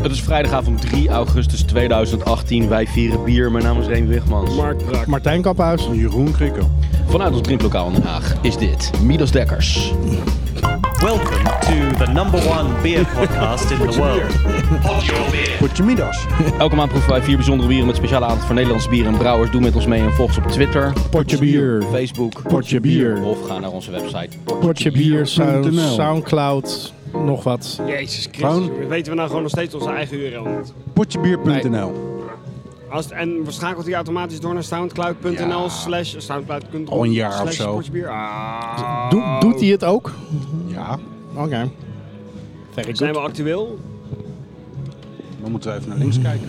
Het is vrijdagavond 3 augustus 2018. Wij vieren bier. Mijn naam is Reen Wigmans. Mark Brak. Martijn Kaphuis. Jeroen Krikke. Vanuit ons drinklokaal in Den Haag is dit Midas Dekkers. Welcome to the number one beer podcast in the world. Potje Midas. Elke maand proeven wij vier bijzondere bieren met speciale aandacht voor Nederlands bieren en brouwers. Doe met ons mee en volg ons op Twitter, Potje bier. Facebook, Potje bier. of ga naar onze website. Potje bier. Sound- Potjebier.nl. Soundcloud. Nog wat. Jezus Christus, Gewoon- jongen. weten we nou gewoon nog steeds onze eigen URL niet. Potjebier.nl. Als, en schakelt hij automatisch door naar soundcloud.nl Ja. slash soundcloud.com Al een jaar of slash zo. sportsbier. Ah. Doe- doet hij het ook? Ja, Oké. Very Zijn good. we actueel? dan moeten we even naar links kijken.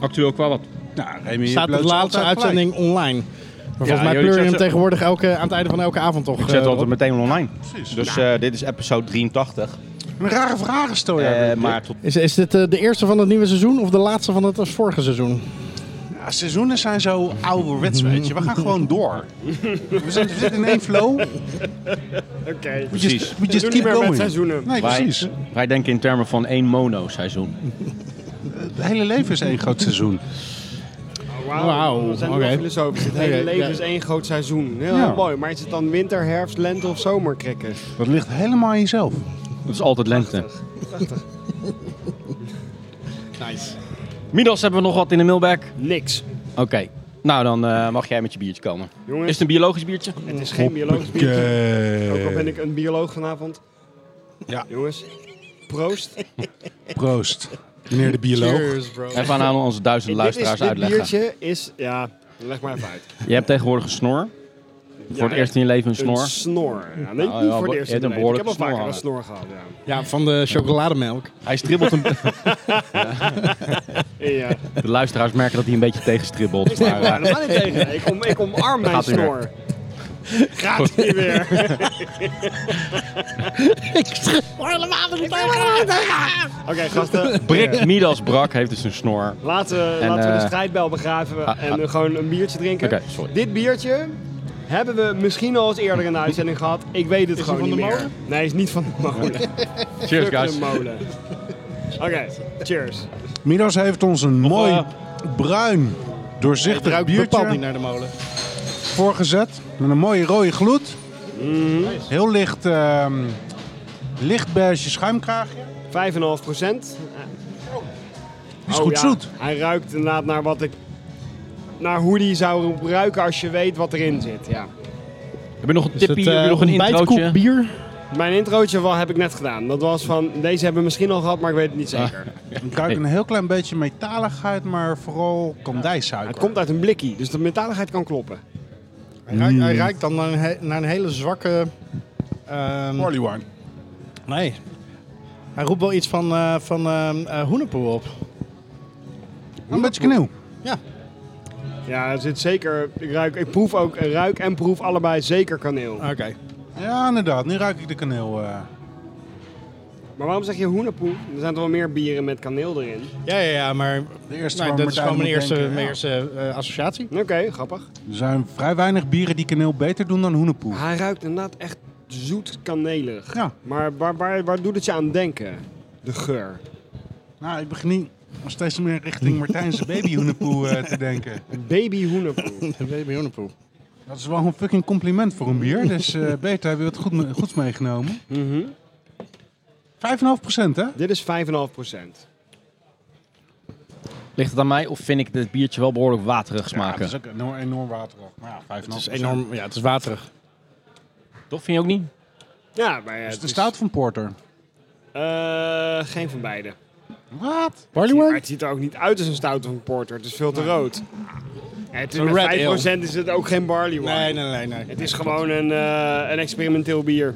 Actueel qua wat? Nou, Remy, je Staat de bloot ze laatste altijd gelijk. uitzending online. Maar volgens mij jullie pleur je hem zetten- tegenwoordig elke, aan het einde van elke avond toch. Ik zet eh, altijd op. meteen online. Precies. Dus eh, dit is episode 83. Een rare vragen stel jij. Eh, Remy. maar tot... Is, is dit eh, de eerste van het nieuwe seizoen of de laatste van het vorige seizoen? Ja, seizoenen zijn zo ouderwets, weet je. We gaan gewoon door. We zijn- we zitten in één flow. Oké. We Precies. just, we We doen niet just keep meer met going. seizoenen. Wij, Nee, precies. wij denken in termen van één mono-seizoen. Het hele leven is één groot seizoen. Oh, Wauw, We zijn oké. okay. filosofisch. Het hele Oké, leven ja. is één groot seizoen. Heel, Ja. mooi. Maar is het dan winter, herfst, lente of zomer krikken? Dat ligt helemaal aan jezelf. Het is altijd lente. Nice. Midas, hebben we nog wat in de mailbag? Niks. Oké. Nou, dan eh, mag jij met je biertje komen. Jongens, Is het een biologisch biertje? het is geen biologisch biertje. Ook al ben ik een bioloog vanavond. Ja. Jongens, proost. Proost. Meneer de bioloog. Cheers, bro. Even aan onze duizend dit, is, luisteraars dit uitleggen. biertje is... Ja, leg maar even uit. Je hebt tegenwoordig een snor. Voor het Ja, eerst in je leven een snor. Een snor. Ja, nee, Nou, niet ja, voor je de eerste hebt een keer. Ik heb behoorlijke al vaker snor, een snor gehad. Ja. Ja, van de chocolademelk. Hij stribbelt een Ja. De luisteraars merken dat hij een beetje tegenstribbelt. Ik Maar, eh, ben helemaal niet tegen. Ik, om, ik omarm mijn gaat hij weer. snor. Gaat hij weer. Oké, gasten. Brik Midas Brak heeft dus een snor. Laten, we- laten we eh, de strijdbel begraven ah, en eh, ah. gewoon een biertje drinken. Oké, sorry. Dit biertje hebben we misschien al eens eerder in de uitzending gehad. Ik weet het gewoon van niet de meer. molen? Nee, is niet van de molen. Cheers, Fuck guys. de molen. Oké, cheers. Midas heeft ons een mooi eh, bruin, Het doorzichtig ruikt bepaald niet biertje naar de molen. voorgezet. Met een mooie rode gloed. Heel licht, ehm licht beige schuimkraagje. 5,5 procent. Oh Is goed zoet. Hij ruikt inderdaad naar wat ik... Naar hoe die zou ruiken als je weet wat erin zit, ja. Heb je nog een Is het tippie? heb eh, je nog een ontbijtkoek introotje? bier? Mijn introotje wel heb ik net gedaan. Dat was van, deze hebben we misschien al gehad, maar ik weet het niet zeker. Ik ruik een heel klein beetje metaligheid, maar vooral Het kandijsuiker. komt uit een blikkie, dus de metaligheid kan kloppen. Hij ruikt, hij ruikt dan naar een, he- naar een hele zwakke... ehm, Barley wine. Nee. Hij roept wel iets van, eh van ehm, eh, hoenepoel op. Een beetje knieuw. Ja, er zit zeker, ik, ruik, ik proef ook, eh, ruik en proef allebei zeker kaneel. Oké. Ja, inderdaad. Nu ruik ik de kaneel. eh. Maar waarom zeg je hoenepoe? Er zijn toch wel meer bieren met kaneel erin? Ja, ja, ja, maar De eerste nee, waar dat is gewoon Martijn mijn moet eerste, denken, mijn ja. eerste eh, associatie. Oké, grappig. Er zijn vrij weinig bieren die kaneel beter doen dan hoenepoe. Hij ruikt inderdaad echt zoet kanelig. Ja. Maar waar, waar, waar doet het je aan denken? De geur. Nou, ik begin nu steeds meer richting Martijnse baby hoenepoe eh, te denken. Baby hoenepoe. Baby hoenepoel. Dat is wel een fucking compliment voor een bier. Dus eh Beter, hebben we het goed me- goeds meegenomen. 5,5 hè? Dit is 5,5 procent. Ligt het aan mij of vind ik dit biertje wel behoorlijk waterig smaken? ook enorm, enorm waterig. Maar ja, 5,5 Het is enorm, ja, het is waterig. Toch vind je ook niet? Ja, maar ja, Het is de stout van Porter. Eh, geen van beide. Wat? Barley Maar wine? het ziet er ook niet uit als een stout of een porter. Het is veel te rood. En het is Een met red 5% is het ook geen barley wine. Nee, nee, nee. nee. Het is gewoon een, eh, een experimenteel bier.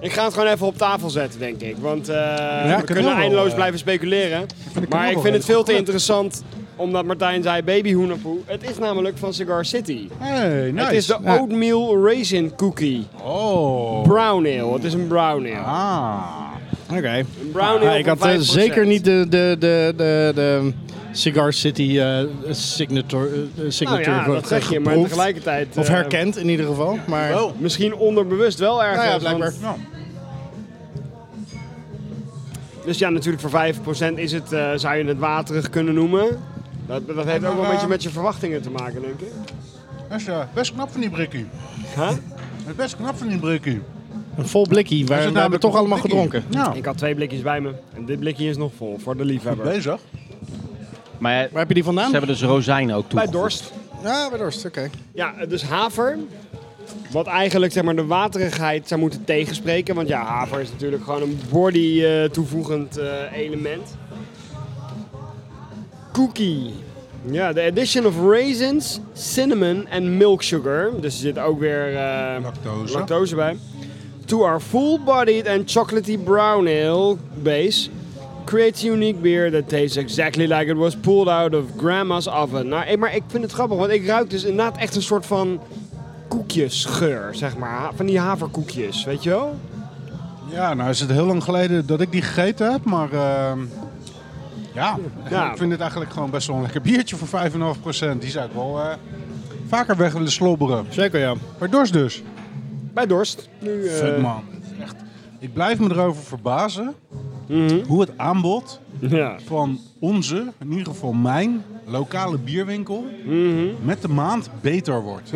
Ik ga het gewoon even op tafel zetten, denk ik. Want eh, kan we wel, kunnen eindeloos eh, blijven speculeren. Maar ik wel vind het redelijk veel te goed. interessant, omdat Martijn zei baby hoenepoe. Het is namelijk van Cigar City. Hey, nice. Het is de Ja. oatmeal raisin cookie. Oh. Brown ale. Het is een brown ale. Ah. Oké. Een brown ale Ja, ik van had eh, 5%. zeker niet de, de, de, de, de Cigar City eh, signature, eh, Nou signature ja, dat ge- zeg je, maar geproefd. tegelijkertijd... Of eh, herkend in ieder geval. Maar Oh. Misschien onderbewust wel ergens. Nou ja, want blijkbaar. Nou, Dus ja, natuurlijk voor 5% is het, eh, zou je het waterig kunnen noemen. Dat, dat heeft Maar, ook wel een beetje eh, met je verwachtingen te maken, denk ik. Dat is eh, best knap van die brikkie. Huh? Dat is best knap van die brikkie. Een vol blikje, waar Is het we hebben namelijk toch een allemaal brikkie? gedronken. Ja, Nou. Ik had twee blikjes bij me. En dit blikje is nog vol, voor de liefhebber. bezig. Maar eh, Waar heb je die vandaan? ze hebben dus rozijnen ook Bij toegevoegd. dorst. Ja, bij Dorst, oké. Ja, dus haver. Wat eigenlijk zeg maar, de waterigheid zou moeten tegenspreken. Want ja, haver is natuurlijk gewoon een body-toevoegend eh, element. Cookie. Ja, de addition of raisins, cinnamon en milk sugar. Dus er zit ook weer eh, Lactose. lactose bij. To our full-bodied and chocolatey brown ale base creates a unique beer that tastes exactly like it was pulled out of grandma's oven. Nou, eh, maar ik vind het grappig, want ik ruik dus inderdaad echt een soort van koekjesgeur, zeg maar. Ha- Van die haverkoekjes, weet je wel? Ja, nou is het heel lang geleden dat ik die gegeten heb, maar ehm, ja. Ja. ik vind het eigenlijk gewoon best wel een lekker biertje voor 5,5%. Die zou ik wel eh, vaker weg willen slobberen. Zeker, ja. Maar dorst dus. Bij dorst. Nu, eh, Fuck man. Echt. Ik blijf me erover verbazen mhm. hoe het aanbod Ja. van onze, in ieder geval mijn, lokale bierwinkel Mhm. met de maand beter wordt.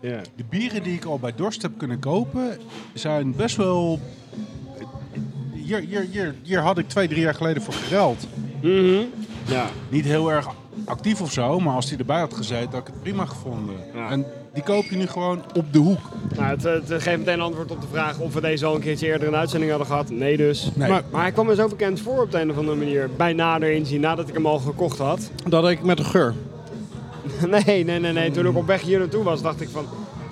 Ja. De bieren die ik al bij Dorst heb kunnen kopen zijn best wel. Hier, hier, hier, hier had ik twee, drie jaar geleden voor geruild. Mhm. ja. Niet heel erg actief of zo, maar als die erbij had gezeten, had ik het prima gevonden. Ja. En die koop je nu gewoon op de hoek. Nou, het, het geeft meteen antwoord op de vraag of we deze al een keertje eerder in de uitzending hadden gehad. Nee dus. Nee. Maar, maar hij kwam me zo bekend voor op de een of andere manier. Bij nader inzien, nadat ik hem al gekocht had. Dat had ik met de geur. Nee, nee, nee, nee. Toen ik op weg hier naartoe was, dacht ik van...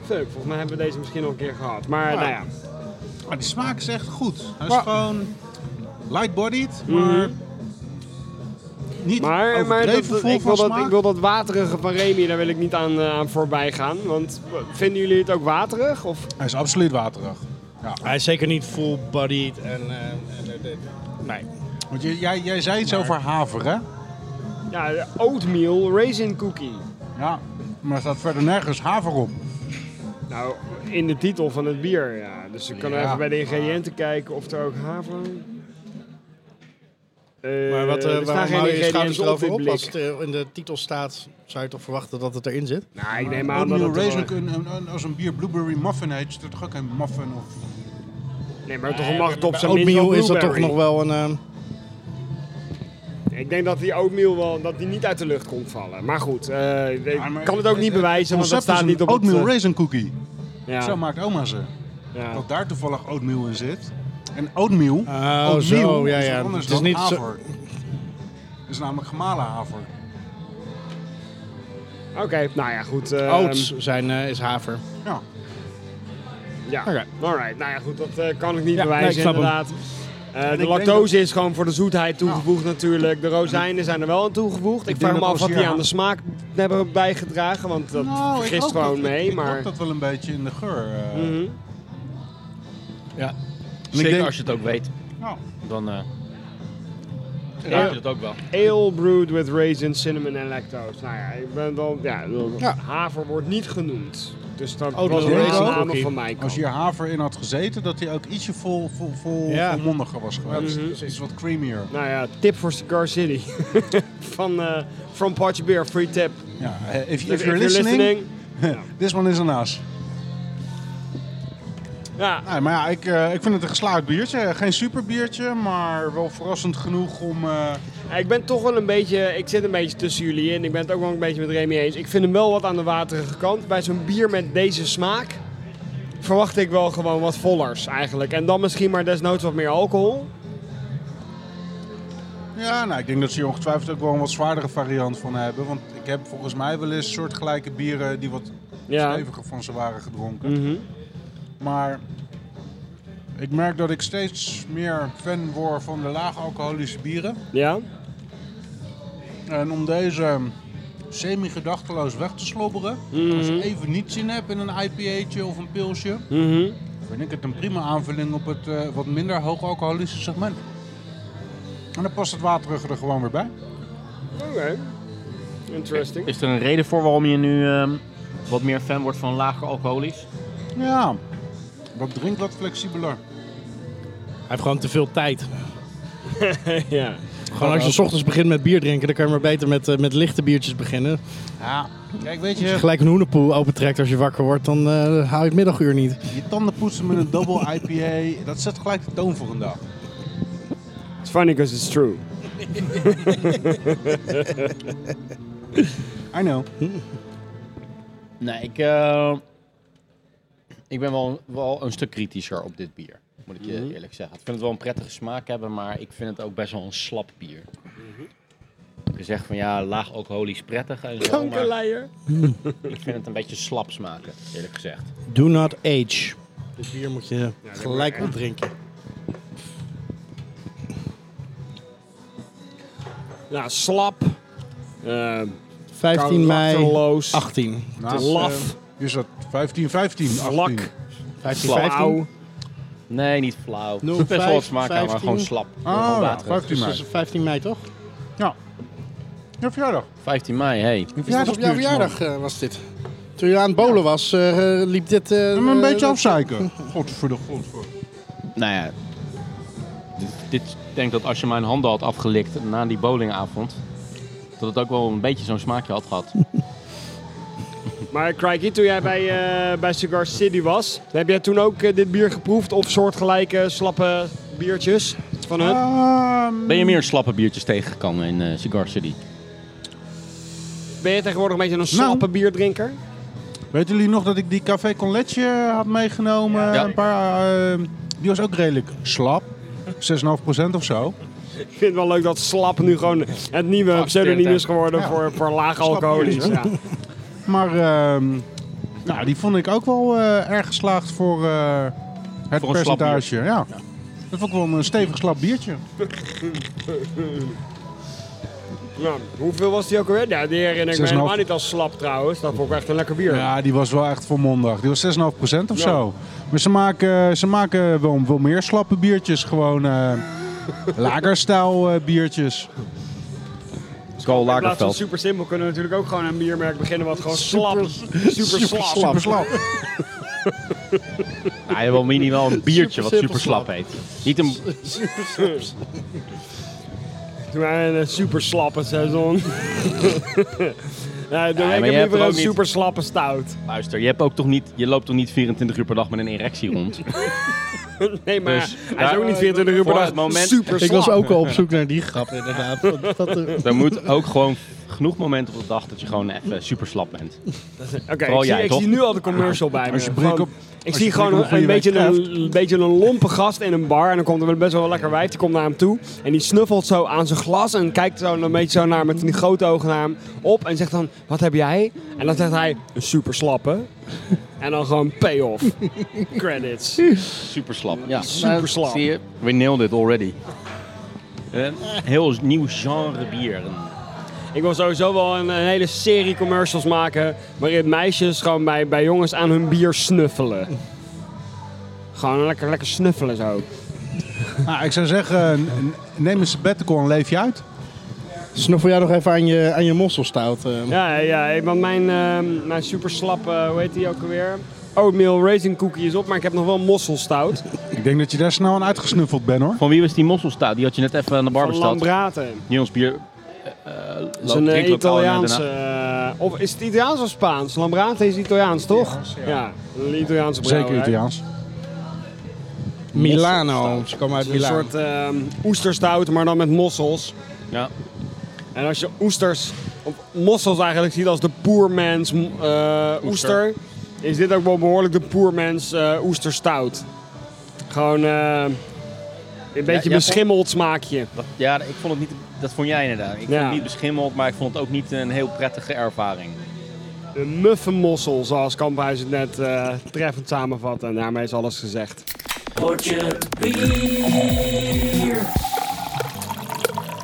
Fuck, volgens mij hebben we deze misschien al een keer gehad. Maar nou ja. Maar die smaak is echt goed. Hij is Maar- Mhm. gewoon light-bodied, maar niet Maar, maar overdreven dat- vol ik, wil van dat, smaak. ik wil dat waterige van Remy, daar wil ik niet aan, eh, aan voorbij gaan. Want w- vinden jullie het ook waterig? Of? Hij is absoluut waterig. Ja. Hij is zeker niet full-bodied en... eh, en, eh, eh, nee. Want jij, jij, jij zei iets over haver, hè? Ja, de oatmeal raisin cookie. Ja. Maar er staat verder nergens haver op. Nou, in de titel van het bier, ja. Dus ik kan Ja, even bij de ingrediënten kijken of er ook haver... Eh, Maar wat, er eh staan waarom geen hou je je ingrediënten schouders erover dit op? blik. Als het eh, in de titel staat, zou je toch verwachten dat het erin zit? Nou, ik neem aan dat Oatmeal het... er wel- raisin, een, een- een- als een bier blueberry muffin heet, is dat toch ook een muffin? Of... Nee, maar toch mag het op Bij zijn minst wel Oatmeal is dat toch blueberry. Ehm, nog wel een... eh, Ik denk dat die oatmeal wel, dat die niet uit de lucht komt vallen. Maar goed, eh, ik maar kan het ook niet bewijzen, want dat concept is staat een niet op oatmeal het... eh, raisin cookie. Zo ja, maakt oma ze. ja. Dat daar toevallig oatmeal in zit. En oatmeal, Oh, oatmeal zo, ja, is ja. wat anders Het is dan niet zo- haver. Het is namelijk gemalen haver. Oké, nou ja, goed. eh, Oats zijn, eh, is haver. Ja. Ja, Oké. alright. Nou ja, goed, dat eh, kan ik niet Ja, nee, ik bewijzen snap inderdaad. Eh, de denk Oh. lactose is gewoon voor de zoetheid toegevoegd natuurlijk. De rozijnen zijn er wel aan toegevoegd. Ik, denk vraag me dat af als wat je die ha- aan de smaak hebben bijgedragen, want dat Nou, ik vergist hoop gewoon dat, mee. Ik, ik maar... hoop dat wel een beetje in de geur. eh. Mhm. Ja. Zeker denk- als je het ook weet. Ja. Dan eh Ja. raak je het ook wel. Ale brewed with raisin, cinnamon en lactose. Nou ja, ik ben dan, ja, ik bedoel, Ja. haver wordt niet genoemd. Dus Oh, dat dat was is een een raisin aanname cookie. van mij. Als hier haver in had gezeten, dat hij ook ietsje vol, vol, vol, Ja. volmondiger was geweest. Mhm. Dus iets wat creamier. Nou ja, tip voor Cigar City. van eh From Potje Beer, free tip. Ja. eh, If, if, Dus you're listening, ja. this one is an as. Ja, Nee, maar ja, ik, eh, ik vind het een geslaagd biertje. Geen superbiertje, maar wel verrassend genoeg om... eh, ik ben toch wel een beetje, ik zit een beetje tussen jullie in. Ik ben het ook wel een beetje met Remy eens. Ik vind hem wel wat aan de waterige kant. Bij zo'n bier met deze smaak verwacht ik wel gewoon wat vollers eigenlijk. En dan misschien maar desnoods wat meer alcohol. Ja, nou, ik denk dat ze hier ongetwijfeld ook wel een wat zwaardere variant van hebben. Want ik heb volgens mij wel eens soortgelijke bieren die wat Ja. steviger van ze waren gedronken. Mhm. Maar ik merk dat ik steeds meer fan word van de laag alcoholische bieren. Ja. En om deze semi-gedachteloos weg te slobberen, als je even niet zin hebt in een IPA'tje of een pilsje, Mhm. vind ik het een prima aanvulling op het eh, wat minder hoog alcoholische segment. En dan past het waterige er gewoon weer bij. Oké. Interesting. Is er een reden voor waarom je nu ehm, wat meer fan wordt van laag alcoholisch? Ja, dat drinkt wat flexibeler. Hij heeft gewoon te veel tijd. ja. Gewoon als je s ochtends begint met bier drinken, dan kan je maar beter met, eh, met lichte biertjes beginnen. Ja, kijk, weet Als je je, gelijk een hoenenpoel opentrekt als je wakker wordt, dan eh hou je het middaguur niet. je tanden poetsen met een double IPA, dat zet gelijk de toon voor een dag. It's funny because it's true. I know. Nee, ik, eh, ik ben wel, wel een stuk kritischer op dit bier. Moet ik je eerlijk zeggen. Ik vind het wel een prettige smaak hebben, maar ik vind het ook best wel een slap bier. Je zegt van ja, laag alcoholisch prettig en zo, maar Kankerleier. ik vind het een beetje slap smaken, eerlijk gezegd. Do not age. Dit bier moet je gelijk opdrinken. Ja, Nou, slap. Eh, 15 mei Karakterloos. 18. Naast, laf. eh, hier staat 15, 15, 18. vlak. 15, Flauw. 15? Nee, niet flauw. Nul, Het is best wel vijf, wat smaak aan, maar gewoon 15. slap. Oh, gewoon ja, waterig. 15 Dus dat is mei. 15 mei toch? Ja. Ja, verjaardag. 15 mei, hey. Ja, op Een jouw verjaardagstuurtje, man. verjaardag eh, was dit. Toen je aan het bolen was, eh, eh, liep dit... eh, Hem een eh, beetje afzeiken. Godverdomme, godverdomme. Nou ja, dit, dit- ik denk dat als je mijn handen had afgelikt na die bowlingavond, dat het ook wel een beetje zo'n smaakje had gehad. Maar Crikey, toen jij bij, eh, bij Cigar City was, heb jij toen ook eh, dit bier geproefd? Of soortgelijke slappe biertjes van hun? Ehm, Ben je meer slappe biertjes tegengekomen in eh, Cigar City? Ben je tegenwoordig een beetje een slappe bierdrinker? Weten jullie nog dat ik die café con leche eh, had meegenomen? Ja. Een paar, eh, die was ook redelijk slap. 6,5% of zo. Ik vind het wel leuk dat slap nu gewoon het nieuwe pseudoniem is geworden Ja. voor, voor laag alcoholisch. Slap Ja. Maar ehm, nou, die vond ik ook wel eh, erg geslaagd voor eh, het Voor een slap percentage. Ja. Dat vond ik wel een stevig slap biertje. Nou, hoeveel was die ook alweer? Ja, die herinner ik me 6,5. helemaal niet als slap trouwens. Dat vond ik echt een lekker bier. Ja, die was wel echt voor mondag. Die was 6,5% of Ja. zo. Maar ze maken, ze maken wel, wel meer slappe biertjes. Gewoon eh lagerstijl eh, biertjes. Carl In plaats van Lagerfeld. super simpel kunnen we natuurlijk ook gewoon een biermerk beginnen wat gewoon slap, Super- super, slap. Super slap. Hij wil mini wel een biertje wat Super super slap heet. Niet een, Toen wij een super slappe seizoen. maar Nee, doe je ik heb hebt liever er ook een niet- super slappe stout. luister, je, hebt ook toch niet, je loopt toch niet 24 uur per dag met een erectie rond? Nee, maar Dus hij is daar- ook niet 24 uur per Voor dag het moment- super Ik slap. was ook al op zoek naar die grap, inderdaad. Dat, dat, eh, Er moet ook gewoon genoeg momenten op de dag dat je gewoon even super slap bent. Oké, Vooral ik, zie, jij, ik toch? zie nu al de commercial bij me. Als je Gewoon- brik op- ik als zie je gewoon brik op een, een een beetje goede een, een beetje een lompe gast in een bar. En dan komt er wel best wel een lekker wijf. Die komt naar hem toe. En die snuffelt zo aan zijn glas. En kijkt zo een beetje zo naar hem met die grote ogen naar hem op. En zegt dan, wat heb jij? En dan zegt hij, een super slappe. En dan gewoon payoff. Credits. Super slap. Ja. Nou, Super slap. Zie je? We nailed it already. Een heel nieuw genre bier. Ik wil sowieso wel een, een hele serie commercials maken. waarin meisjes gewoon bij, bij jongens aan hun bier snuffelen. Gewoon lekker, lekker snuffelen zo. Nou, ik zou zeggen, n- neem een sabbatical en leef je uit. Snuffel jij nog even aan je, aan je mosselstout. eh. Ja, ja, ik- want mijn, ehm, mijn super slap, hoe heet die ook alweer? Oatmeal Raisin Cookie is op, maar ik heb nog wel mosselstout. Ik denk dat je daar snel aan uitgesnuffeld bent hoor. Van wie was die mosselstout? Die had je net even aan de bar Van besteld. Lambrate. Hier ons bier. eh, Dat is een eh, Italiaanse... eh, of is het Italiaans of Spaans? Lambrate is Italiaans, toch? ja. een Italiaanse brouwerij. Zeker Italiaans. Milano. Ze komen uit Het is Een Milaan. soort ehm, oesterstout, maar dan met mossels. Ja. En als je oesters, of mossels eigenlijk ziet als de poermens eh, oester, is dit ook wel behoorlijk de poermens eh oesterstout. Gewoon eh, een beetje ja, beschimmeld smaakje. Dat, ja, ik vond het niet. Dat vond jij inderdaad. Ik vond Ja. het niet beschimmeld, maar ik vond het ook niet een heel prettige ervaring. Een muffe mossel, zoals Kamphuis het net eh, treffend samenvat. En daarmee is alles gezegd.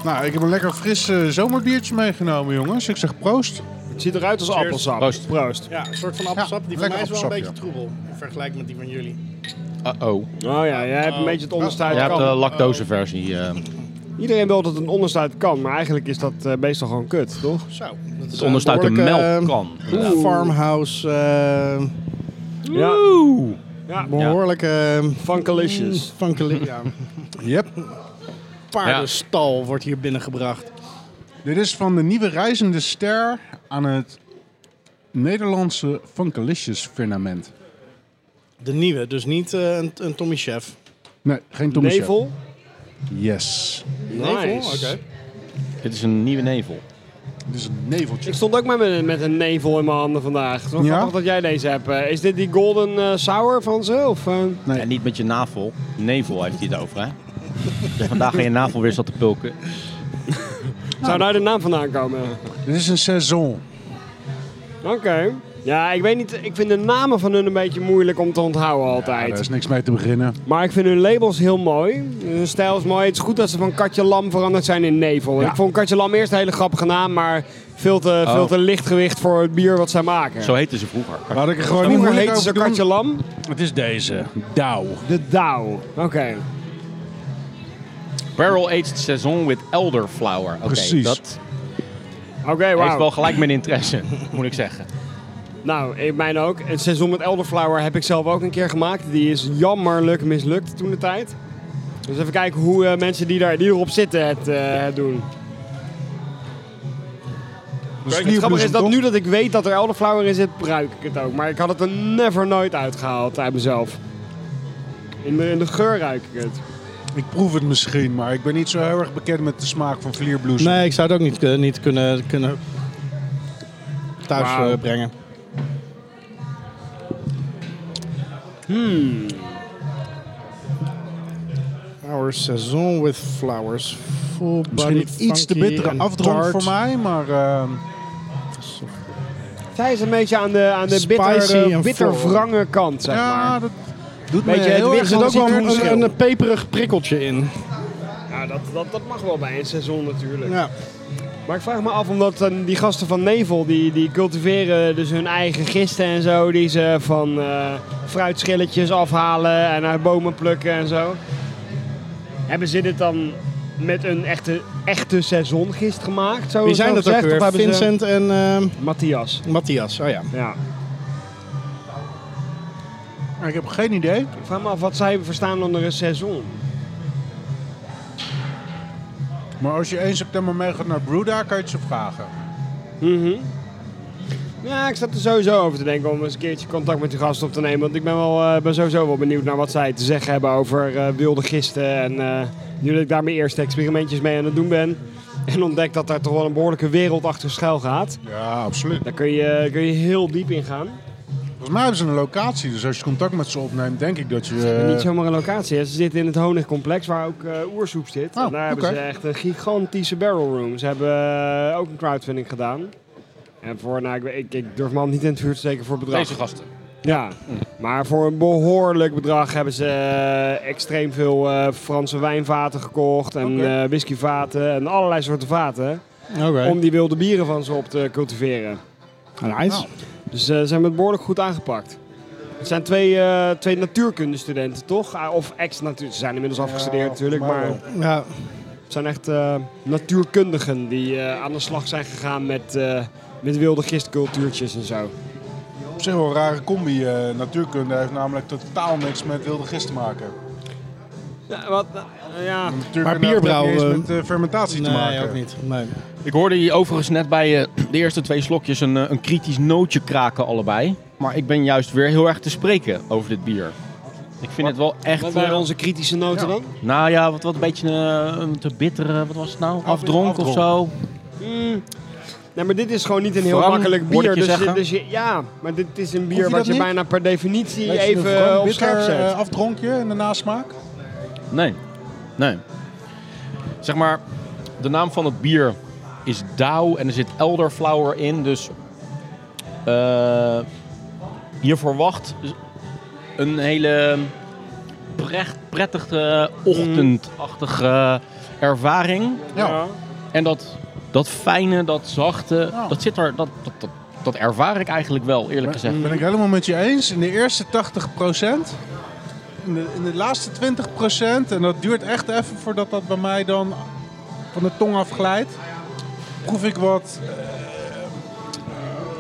Nou, ik heb een lekker fris eh, zomerbiertje meegenomen jongens. Ik zeg proost. Het ziet eruit als appelsap. Proost. Proost. Ja, een soort van appelsap. Die van lekker mij is wel een appelsap, troebel. In vergelijking met die van jullie. Uh-oh. Oh ja, jij hebt een beetje het onderste uit Jij de hebt eh, kan. de lactoseversie. eh, Iedereen wil dat het een onderste uit de kan, maar eigenlijk is dat eh, meestal gewoon kut, toch? Zo. Dat het onderstuit de melkkan. eh, Oeh. Farmhouse. eh, Ja. Ja. behoorlijke... eh, Funkalicious. Funkelip. Ja. Yep. paardenstal wordt hier binnengebracht. Dit is van de nieuwe reizende ster aan het Nederlandse Funkalicious firmament. De nieuwe, dus niet eh, een, een Tommy Chef. Nee, geen Tommy Chef. Nevel. Yes. Nice. Dit is een nieuwe nevel. Dit is een neveltje. Ik stond ook met, een- met een nevel in mijn handen vandaag. Het is wel Ja? grappig dat jij deze hebt. Eh, Is dit die Golden eh, Sour van ze? Of, eh? Nee. En niet met je navel. Nevel heeft hij het over, hè? Dus vandaag ga je navel weer zat te pulken. Zou daar de naam vandaan komen? Dit is een saison. Oké. Ja, ik weet niet. Ik vind de namen van hun een beetje moeilijk om te onthouden Ja, altijd. daar is niks mee te beginnen. Maar ik vind hun labels heel mooi. Hun stijl is mooi. Het is goed dat ze van Katje Lam veranderd zijn in Nevel. Ik vond Katje Lam eerst een hele grappige naam, maar veel te, Oh. veel te lichtgewicht voor het bier wat zij maken. Zo heette ze vroeger. Laat ik er gewoon niet Vroeger moeilijk heette ze over doen. Katje Lam, Het is deze. Douw. de Douw. Oké. Barrel aged saison with elderflower. Oké, Precies. dat Oké, heeft wel wauw. gelijk mijn interesse, moet ik zeggen. Nou, in mijn ook. Het seizoen met Elderflower heb ik zelf ook een keer gemaakt. Die is jammerlijk mislukt toen de tijd. Dus even kijken hoe eh, mensen die, daar, die erop zitten het, eh, het doen. Dus het grappige is dat nu dat ik weet dat er elderflower in zit, gebruik ik het ook. Maar ik had het er never nooit uitgehaald uit mezelf. In de, in de geur ruik ik het. Ik proef het misschien, maar ik ben niet zo heel erg bekend met de smaak van vlierbloesem. Nee, ik zou het ook niet, kun- niet kunnen, kunnen thuis Wauw. eh, brengen. Hmm. Our saison with flowers. Full Misschien bodied, iets te funky bittere and afdronk tart. voor mij, maar ehm, Zij is een beetje aan de, aan de Spicy bitter, eh, en bitter floral. wrange kant, zeg ja, maar. dat doet me Beetje het heel wit erg Er zit ook wel aan het een, een, een peperig prikkeltje in. Ja, dat, dat, dat mag wel bij een seizoen natuurlijk. Ja. Maar ik vraag me af, omdat eh, die gasten van Nevel, die, die cultiveren dus hun eigen gisten en zo, die ze van eh, fruitschilletjes afhalen en uit bomen plukken en zo. Hebben ze dit dan met een echte, echte seizoengist gemaakt? Zo, Wie zijn zo dat ook gezegd, of weer? Oh, hebben ze- Vincent en ehm, Matthias. Matthias. Oh ja. Ja. Ik heb geen idee. Ik vraag me af wat zij verstaan onder een seizoen. Maar als je 1 september meegaat naar Bruda, kan je het ze vragen. Mhm. Ja, ik zat er sowieso over te denken om eens een keertje contact met die gasten op te nemen. Want ik ben, wel, eh, ben sowieso wel benieuwd naar wat zij te zeggen hebben over eh, wilde gisten. En eh, nu dat ik daar mijn eerste experimentjes mee aan het doen ben. En ontdek dat daar toch wel een behoorlijke wereld achter schuil gaat. Ja, absoluut. Daar kun je, eh, kun je heel diep in gaan. Volgens mij hebben ze een locatie, dus als je contact met ze opneemt, denk ik dat je... En eh, niet zomaar een locatie. hè. Ze zitten in het honigcomplex waar ook eh, oersoep zit. Oh, en daar oké. hebben ze echt een gigantische barrel room. Ze hebben eh, ook een crowdfunding gedaan. En voor, nou, ik, ik, ik durf me al niet in het vuur te steken voor het bedrag. Deze gasten. Ja, maar voor een behoorlijk bedrag hebben ze eh, extreem veel eh, Franse wijnvaten gekocht en eh, whiskyvaten en allerlei soorten vaten Oké. om die wilde bieren van ze op te cultiveren. Nice. Dus eh, ze hebben het behoorlijk goed aangepakt. Het zijn twee, eh, twee natuurkundestudenten, toch? Ah, of ex-natuur. Ze zijn inmiddels afgestudeerd natuurlijk, maar maar wel. Ja. het zijn echt eh, natuurkundigen die eh, aan de slag zijn gegaan met, eh, met wilde gistcultuurtjes en zo. Op zich wel een rare combi. eh, natuurkunde heeft namelijk totaal niks met wilde gist te maken. Ja, wat, eh, ja. Natuurkunde Maar heeft ook niet bierbrouwen- eens met eh, fermentatie te maken. Nee, ook niet. Nee. Ik hoorde hier overigens net bij eh, de eerste twee slokjes een, eh, een kritisch nootje kraken allebei. Maar ik ben juist weer heel erg te spreken over dit bier. Ik vind het wel echt... Wat waren eh, onze kritische noten dan? Nou ja, wat, wat een beetje eh, een te bittere, wat was het nou? Afdronk, afdronk. of zo. Mm. Nee, maar dit is gewoon niet een heel Frank, makkelijk hoor ik bier. je Dus, zeggen? dus je, ja, maar dit is een Hoef bier je wat dat je niet? bijna per definitie Weet je, even gewoon eh, op bitter, scherp zet. eh, afdronkje en de nasmaak. Nee, nee. Zeg maar, de naam van het bier is Douw en er zit elderflower in. Dus eh, je verwacht een hele precht, prettige ochtendachtige ervaring. Ja. En dat, dat fijne, dat zachte, Ja. dat zit er, dat, dat, dat, dat ervaar ik eigenlijk wel, eerlijk gezegd. Ben ik helemaal met je eens. In de eerste 80 In de, in de laatste 20 En dat duurt echt even voordat dat bij mij dan van de tong afglijdt. Proef ik wat... eh, eh,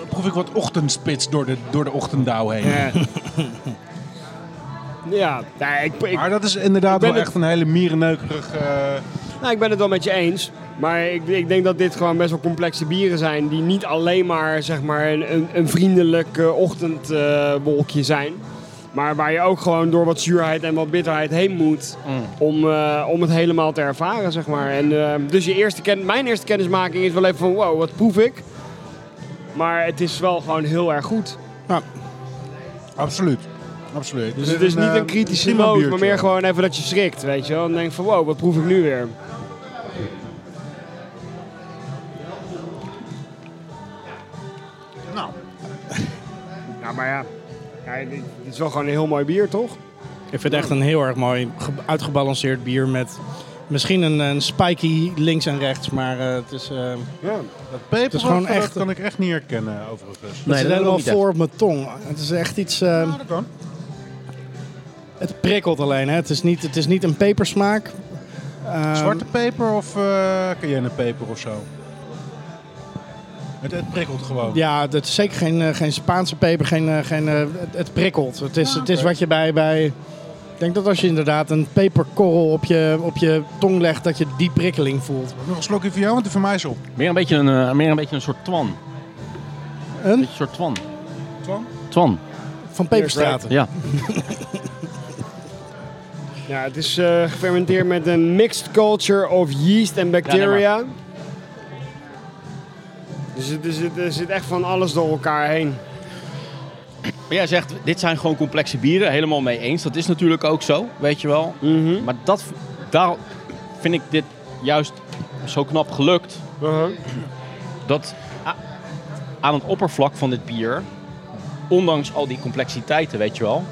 proef ik wat ochtendspits door de, door de ochtenddauw heen. Eh. ja, nee, ik, ik, Maar dat is inderdaad nou, Ik ben wel het- echt een hele mierenneukerig eh, Nou, ik ben het wel met je eens. Maar ik, ik denk dat dit gewoon best wel complexe bieren zijn. Die niet alleen maar, zeg maar een, een, een vriendelijk eh, ochtendwolkje zijn. Maar waar je ook gewoon door wat zuurheid en wat bitterheid heen moet. Om, eh, om het helemaal te ervaren, zeg maar. En, eh, dus je eerste ken, mijn eerste kennismaking is wel even van wow, wat proef ik? Maar het is wel gewoon heel erg goed. Absoluut. Absoluut. Dus het is niet eh, een kritische noot, maar meer gewoon even dat je schrikt, weet je wel. En denk van wow, wat proef ik nu weer? Nou, Ja, maar ja, ja dit, dit is wel gewoon een heel mooi bier, toch? Ik vind het echt een heel erg mooi ge- uitgebalanceerd bier met misschien een, een spiky links en rechts, maar eh, het is... eh Ja. dat peper is gewoon echt- dat kan ik echt niet herkennen overigens. nee, dat dat wil wel ik niet voor op mijn tong. Het is echt iets... eh, Ja, dat kan. het prikkelt alleen, hè. Het is niet, het is niet een pepersmaak. Ehm, Zwarte peper of eh cayennepeper of zo? Het, het prikkelt gewoon. Ja, dat is zeker geen, eh, geen Spaanse peper, geen, eh, geen, eh, het, het prikkelt. Het is, het is oké. wat je bij, bij... Ik denk dat als je inderdaad een peperkorrel op je, op je tong legt, dat je die prikkeling voelt. Nog een slokje voor jou, want die voor mij is op. Meer een beetje een, eh, meer een, beetje een soort twan. Een? beetje soort twan. Twan? Twan, Van peperstraten. ja. Ja, het is eh, gefermenteerd met een mixed culture of yeast en bacteria. dus het, er zit- er zit echt van alles door elkaar heen. Maar jij zegt, dit zijn gewoon complexe bieren. Helemaal mee eens. Dat is natuurlijk ook zo, weet je wel. Maar dat, daar vind ik dit juist zo knap gelukt. dat a- aan het oppervlak van dit bier, ondanks al die complexiteiten, weet je wel,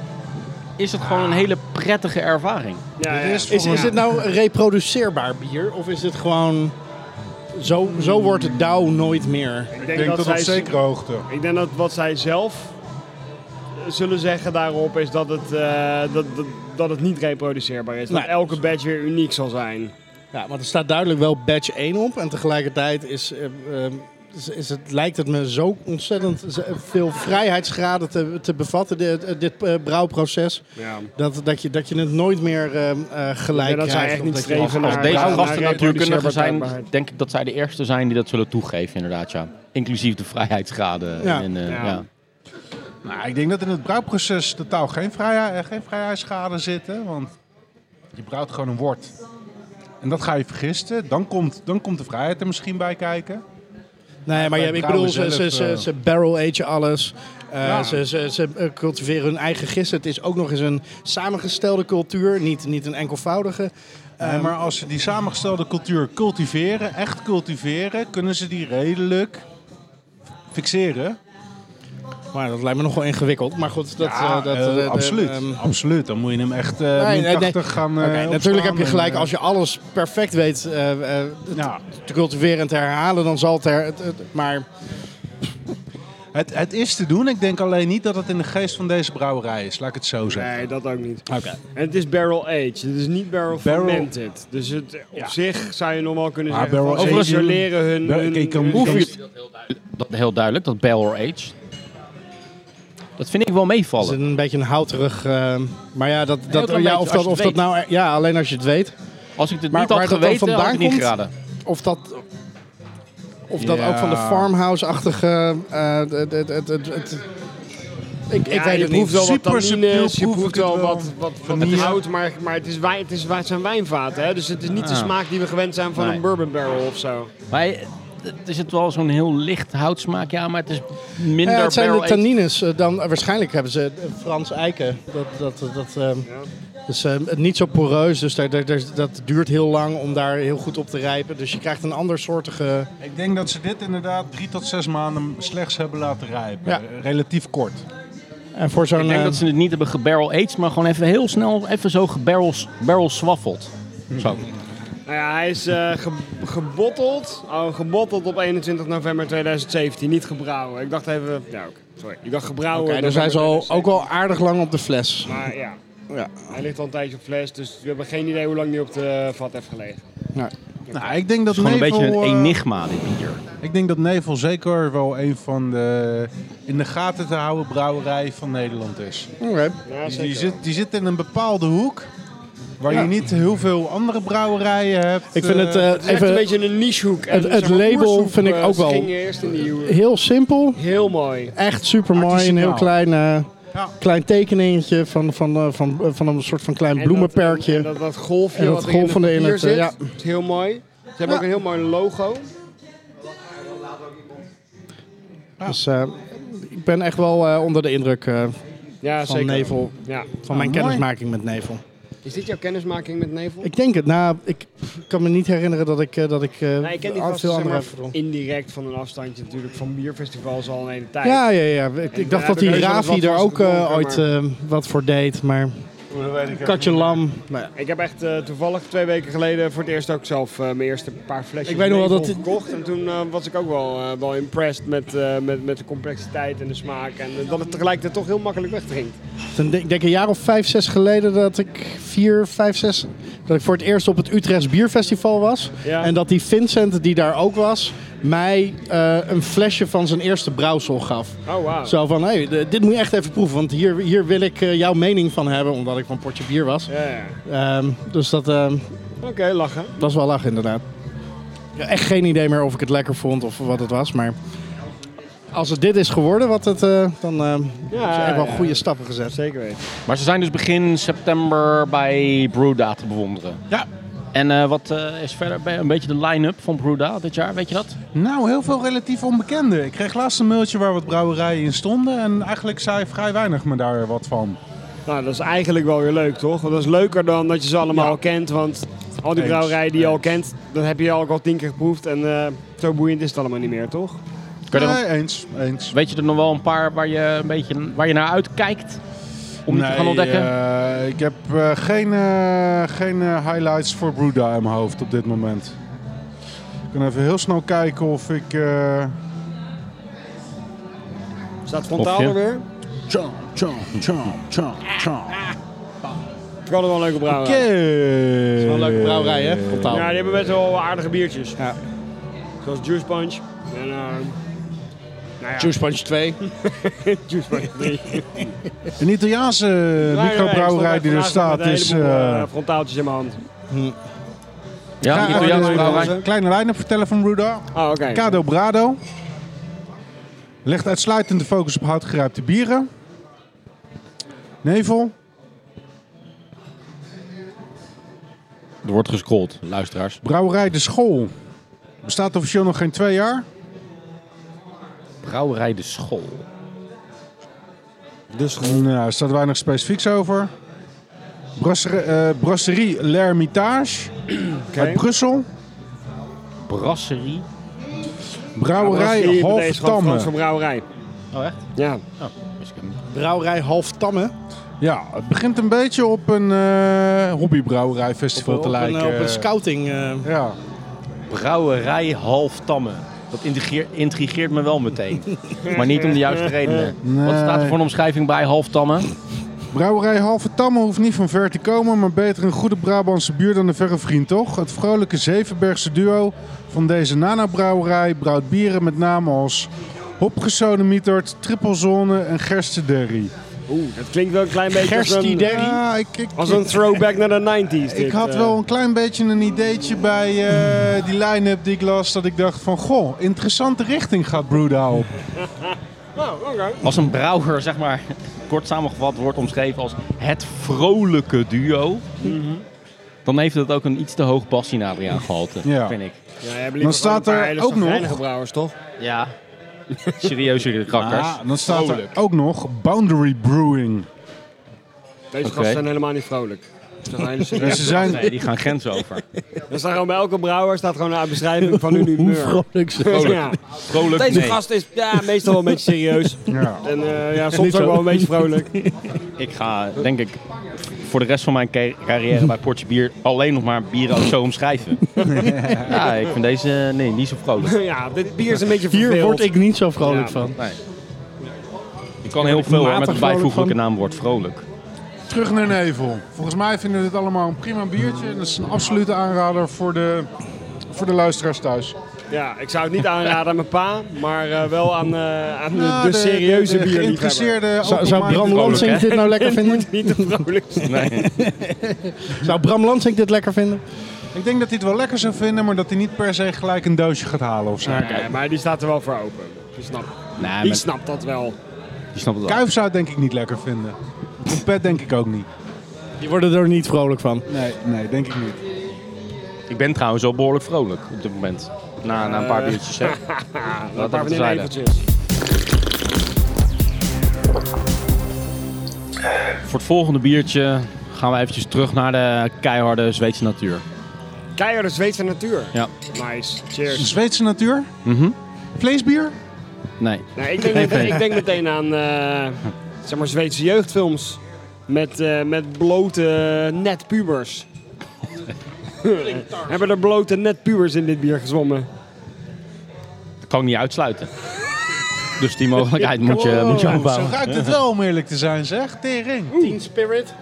is het gewoon een hele prettige ervaring. Ja, Dit ja. is- Is, is dit nou een reproduceerbaar bier? Of is dit gewoon... Zo, zo wordt het dauw nooit meer. ik Ik denk dat, op zij- zekere hoogte. Ik denk dat wat zij zelf eh, zullen zeggen daarop is dat het, eh, dat, dat, dat het niet reproduceerbaar is. Nee. Dat elke badge weer uniek zal zijn. Ja, want er staat duidelijk wel batch 1 op. En tegelijkertijd is, eh, eh, is, is het, lijkt het me zo ontzettend z- eh, veel vrijheidsgraden te, te bevatten, dit, dit eh, brouwproces. Ja. Dat, dat, je, dat je het nooit meer eh, eh, gelijk Ja, dat zou krijgt. echt of niet dat je- streven Als, naar- als deze nou, naar gasten natuurkundigen zijn, reproduceerbaarheid. denk ik dat zij de eerste zijn die dat zullen toegeven, inderdaad, ja. Inclusief de vrijheidsgraden. Ja. En, eh, Ja. ja. Nou, ik denk dat in het brouwproces totaal geen, vrij, eh, geen vrijheidsschade zitten. Want je brouwt gewoon een wort. En dat ga je vergisten. Dan komt, dan komt de vrijheid er misschien bij kijken. Nee, maar Bij je- ik brouwen bedoel, ze, ze, zelf, ze, eh. ze barrel agen alles. Eh, Ja. Ze, ze, ze eh, cultiveren hun eigen gist. Het is ook nog eens een samengestelde cultuur, niet, niet een enkelvoudige. Eh, Ehm. maar als ze die samengestelde cultuur cultiveren, echt cultiveren, kunnen ze die redelijk fixeren. Maar dat lijkt me nog wel ingewikkeld. Maar goed, dat... eh, dat eh, eh, de- absoluut. ehm, absoluut. Dan moet je hem echt eh nee, min nee. 80 gaan. eh, Oké, natuurlijk opslaan heb je en, gelijk. eh, Als je alles perfect weet eh, eh, ja. te cultiveren en te herhalen, dan zal het er. het- het- maar het, het is te doen. Ik denk alleen niet dat het in de geest van deze brouwerij is. Laat ik het zo zeggen. Nee, dat ook niet. Oké. En het is barrel aged, het is niet barrel, Barrel- fermented. Dus het, op Ja. zich zou je nog wel kunnen Maar zeggen, barrel van, ze aged- isoleren hun... Barrel- hun- ik kan- hun- hoef je- Ik vind Dat, heel duidelijk- dat heel duidelijk, dat Bell Age. Dat vind ik wel het is meevallen. een beetje een houterig. eh, maar ja, dat, dat, klein ja beetje, of, als dat, je of het dat weet. nou. Ja, alleen als je het weet. Als ik dit Maar niet had waar dat dan geweten, had vandaan ik het niet komt? geraden. Of dat. Of dat Ja. ook van de farmhouse-achtige. eh, het- het- het- het- het- ik, ik Ja, weet je het niet. proeft wel wat Super subtiel tannines, je proef ik proeft het wel wel. wat, wat, wat Vanille. hout, maar, maar het, is wijn, het, is, het zijn wijnvaten. Hè? Dus het is niet de Ah. smaak die we gewend zijn van Nee. een bourbon barrel of zo. Maar er zit wel zo'n heel licht houtsmaak, ja, maar het is minder Ja, Eh, het zijn de barrel-aged. tannines. eh, Dan, eh, waarschijnlijk hebben ze eh, Frans eiken. Dat, dat, dat, ehm, Dus eh, het niet zo poreus, dus daar, daar- daar- dat duurt heel lang om daar heel goed op te rijpen. Dus je krijgt een ander soortige... Ik denk dat ze dit inderdaad drie tot zes maanden slechts hebben laten rijpen. Ja. Eh, Relatief kort. En voor zo'n... Ik denk eh, dat ze het niet hebben gebarrel aged, maar gewoon even heel snel even zo gebarrel barrel swaffeld. Hm. Zo. Nou ja, hij is eh, ge- gebotteld, oh, gebotteld op 21 november 2017, niet gebrouwen. Ik dacht even, ja oké, sorry. Ik dacht gebrouwen. Oké, dus november hij is al, 2017. ook al aardig lang op de fles. Maar ja, Ja. hij ligt al een tijdje op fles, dus we hebben geen idee hoe lang die op de vat heeft gelegen. Nou, ik denk dat Gewoon een Nevel, beetje een eh, enigma, dit bier. Ik denk dat Nevel zeker wel een van de in de gaten te houden brouwerij van Nederland is. Oké. Ja, Die, die, zit, die zit in een bepaalde hoek. Waar je niet heel veel andere brouwerijen hebt. Ik vind het, eh, eh, Het is echt even een beetje een nichehoek. En het- zeg het maar label oersoep, vind ik eh, ook ze wel- gingen eerst in die nieuwe. heel simpel. Heel mooi. Echt super mooi. Een heel Artisanaal. klein, eh, Ja. klein tekeningetje van, van, eh, van, eh, van een soort van klein bloemenperkje. En dat, en dat golfje En dat wat er golfende in in het het, papier eh, zit. is heel mooi. Ze hebben Ja. ook een heel mooi logo. Dus eh, ik ben echt wel eh, onder de indruk eh, Ja, van zeker. Nevel. Ja. Van mijn Ah, mooi. kennismaking met Nevel. Is dit jouw kennismaking met Nevel? Ik denk het. Nou, ik kan me niet herinneren dat ik, eh, dat ik, eh, Nou, ik ken die al gasten zeg veel andere maar, heb gedaan. indirect van een afstandje natuurlijk van bierfestivals al een hele tijd. Ja, ja, ja. Ik, ik dacht daar dat heb ik die heus wel Ravi wat er vast ook eh, gedronken, ooit eh, wat voor deed, maar Katje Lam. Nou ja. Ik heb echt eh, toevallig twee weken geleden voor het eerst ook zelf eh, mijn eerste paar flesjes Ik weet nog wel Nevel dat- gekocht. En toen eh, was ik ook wel, eh, wel impressed met, eh, met, met de complexiteit en de smaak. En eh, dat het tegelijkertijd toch heel makkelijk wegdrinkt. Toen denk- Dus Ik denk een jaar of vijf, zes geleden dat ik vier, vijf, zes... dat ik voor het eerst op het Utrechts Bierfestival was. Ja. En dat die Vincent die daar ook was, mij eh, een flesje van zijn eerste brouwsel gaf. Oh, wauw. Zo van, hey, d- dit moet je echt even proeven, want hier, hier wil ik eh, jouw mening van hebben, omdat ik van Portje Bier was. Ja, ja. Ehm, dus dat ehm, Oké, lachen. was wel lach inderdaad. Ja, echt geen idee meer of ik het lekker vond of wat het was, maar als het dit is geworden, wat het, eh, dan ehm Ja, zijn er wel ja. goede stappen gezet. Zeker weten. Maar ze zijn dus begin september bij Brewda te bewonderen. Ja. En eh, wat eh, is verder bij- een beetje de line-up van Brewda dit jaar, weet je dat? Nou, heel veel relatief onbekende. Ik kreeg laatst een mailtje waar wat brouwerijen in stonden. En eigenlijk zei vrij weinig me daar wat van. Nou, dat is eigenlijk wel weer leuk, toch? Want dat is leuker dan dat je ze allemaal Ja. al kent. Want al die Eens, brouwerijen die je al eens. kent, dat heb je ook al tien keer geproefd. En eh, zo boeiend is het allemaal niet meer, toch? Kun je Eh, er- Nee, eens. eens. weet je er nog wel een paar waar je, een beetje, waar je naar uitkijkt om die te gaan Nee, ontdekken? eh, ik heb eh, geen, eh, geen eh, highlights voor Bruda in mijn hoofd op dit moment. Ik kan even heel snel kijken of ik... eh, Staat frontaal Of je? er weer? Tjam, tjam, tjam, tjam, tjam. Ik had er wel een leuke brouwerij. Oké. Wel een leuke brouwerij, hè? Frontaal. Ja, die hebben best wel aardige biertjes. Ja. Zoals Juice Punch. En, eh, nou ja, Juice Punch 2. Juice Punch 3. Een Italiaanse microbrouwerij die er staat is... eh, frontaaltjes in mijn hand. ja, ga- Italiaanse eh, brouwerij. Kleine lijn-up vertellen van Bruda. Ah, oké. Cado Brado. Legt uitsluitend de focus op houtgerijpte bieren. Nevel. Er wordt gescrolld, luisteraars. Brouwerij De School. Bestaat officieel nog geen twee jaar. Brouwerij de School. De School. Nou, er staat weinig specifieks over. Brasserie, eh brasserie L'Hermitage Oké. uit Brussel. Brasserie. Brouwerij Brasserie, bij deze gewoon Frans Halftamme. van Brouwerij. Oh, echt? Ja. Oh, wist ik hem niet. Brouwerij Half Tamme. Ja, het begint een beetje op een eh hobbybrouwerijfestival op, te een, lijken. eh, op een scouting. eh. ja. Brouwerij Halftamme. Dat intrigeer- intrigeert me wel meteen. maar niet om de juiste redenen. Wat staat er voor een omschrijving bij Halftamme? Brouwerij Halve Tamme hoeft niet van ver te komen, maar beter een goede Brabantse buur dan een verre vriend, toch? Het vrolijke Zevenbergse duo van deze nanobrouwerij brouwt bieren met namen als Hopgesodemieterd, Trippelzone en Gerstenderry. Oeh, dat klinkt wel een klein beetje als Gerst een, idee. Ja, ik, ik, als een throwback naar de eh. 90s. ik, ik had wel een klein beetje een ideetje bij eh, die line-up die ik las, dat ik dacht van, goh, interessante richting gaat Brewda op. Oh, oké. Als een brouwer, zeg maar, kort samengevat wordt omschreven als het vrolijke duo. Dan heeft het ook een iets te hoog bassinadrie aangehalte, Ja. vind ik. Ja, jij hebt liever Dan staat gewoon een er paar hele ook nog- chagrijnige brouwers, toch? Ja. Serieuze krakkers. Ah, dan staat er Vrolijk. ook nog Boundary Brewing. Deze Oké. gasten zijn helemaal niet vrolijk. Ze zijn hele En serieus. ze zijn Nee, die gaan grenzen over. Er staat gewoon bij elke brouwer staat gewoon een beschrijving van hun humeur. vrolijk ze. Ja. Vrolijk, Deze nee. gast is ja, meestal wel een beetje serieus. ja, En eh, ja, soms ook wel een beetje vrolijk. Ik ga, denk ik, voor de rest van mijn ca- carrière bij Portje Bier alleen nog maar bieren ook zo omschrijven. ja, ik vind deze nee, niet zo vrolijk. ja, dit bier is een beetje verveeld. Hier word ik niet zo vrolijk Ja. van. Ik kan heel veel hoor, met het Matig vrolijk bijvoeglijke van. naamwoord vrolijk. Terug naar Nevel. Volgens mij vinden we dit allemaal een prima biertje. En dat is een absolute aanrader voor de voor de luisteraars thuis. Ja, ik zou het niet aanraden aan mijn pa, maar eh, wel aan, eh, aan de- Nou, de, serieuze de bierliefhebber. geïnteresseerde Zou, open zou mind- Bram Vrolijk, Lansing hè? dit nou lekker vinden? Niet de vrolijkste. Zou Bram Lansing dit lekker vinden? Ik denk dat hij het wel lekker zou vinden, maar dat hij niet per se gelijk een doosje gaat halen of zo. Nee, maar die staat er wel voor open. Die snapt, Nee, die maar snapt dat wel. die snapt het wel. Kuif zou het denk ik niet lekker vinden. Een pet denk ik ook niet. Die worden er niet vrolijk van. Nee, nee, denk ik niet. Ik ben trouwens al behoorlijk vrolijk op dit moment. Eh, Na, na een paar biertjes. hè. Ah, Laat een paar even van die zijden. levertjes. Voor het volgende biertje gaan we eventjes terug naar de keiharde Zweedse natuur. Keiharde Zweedse natuur. Ja. Nice, De cheers. Zweedse natuur? Mhm. Vleesbier? Nee. Nou, ik, denk meteen, ik denk meteen aan eh, zeg maar Zweedse jeugdfilms. Met, eh, met blote eh, netpubers. Hebben er blote netpubers in dit bier gezwommen? Dat kan ik niet uitsluiten. Dus die mogelijkheid moet je, moet je Wow. Zo opbouwen. ruikt het wel om eerlijk te zijn zeg. Tering. Teen Spirit.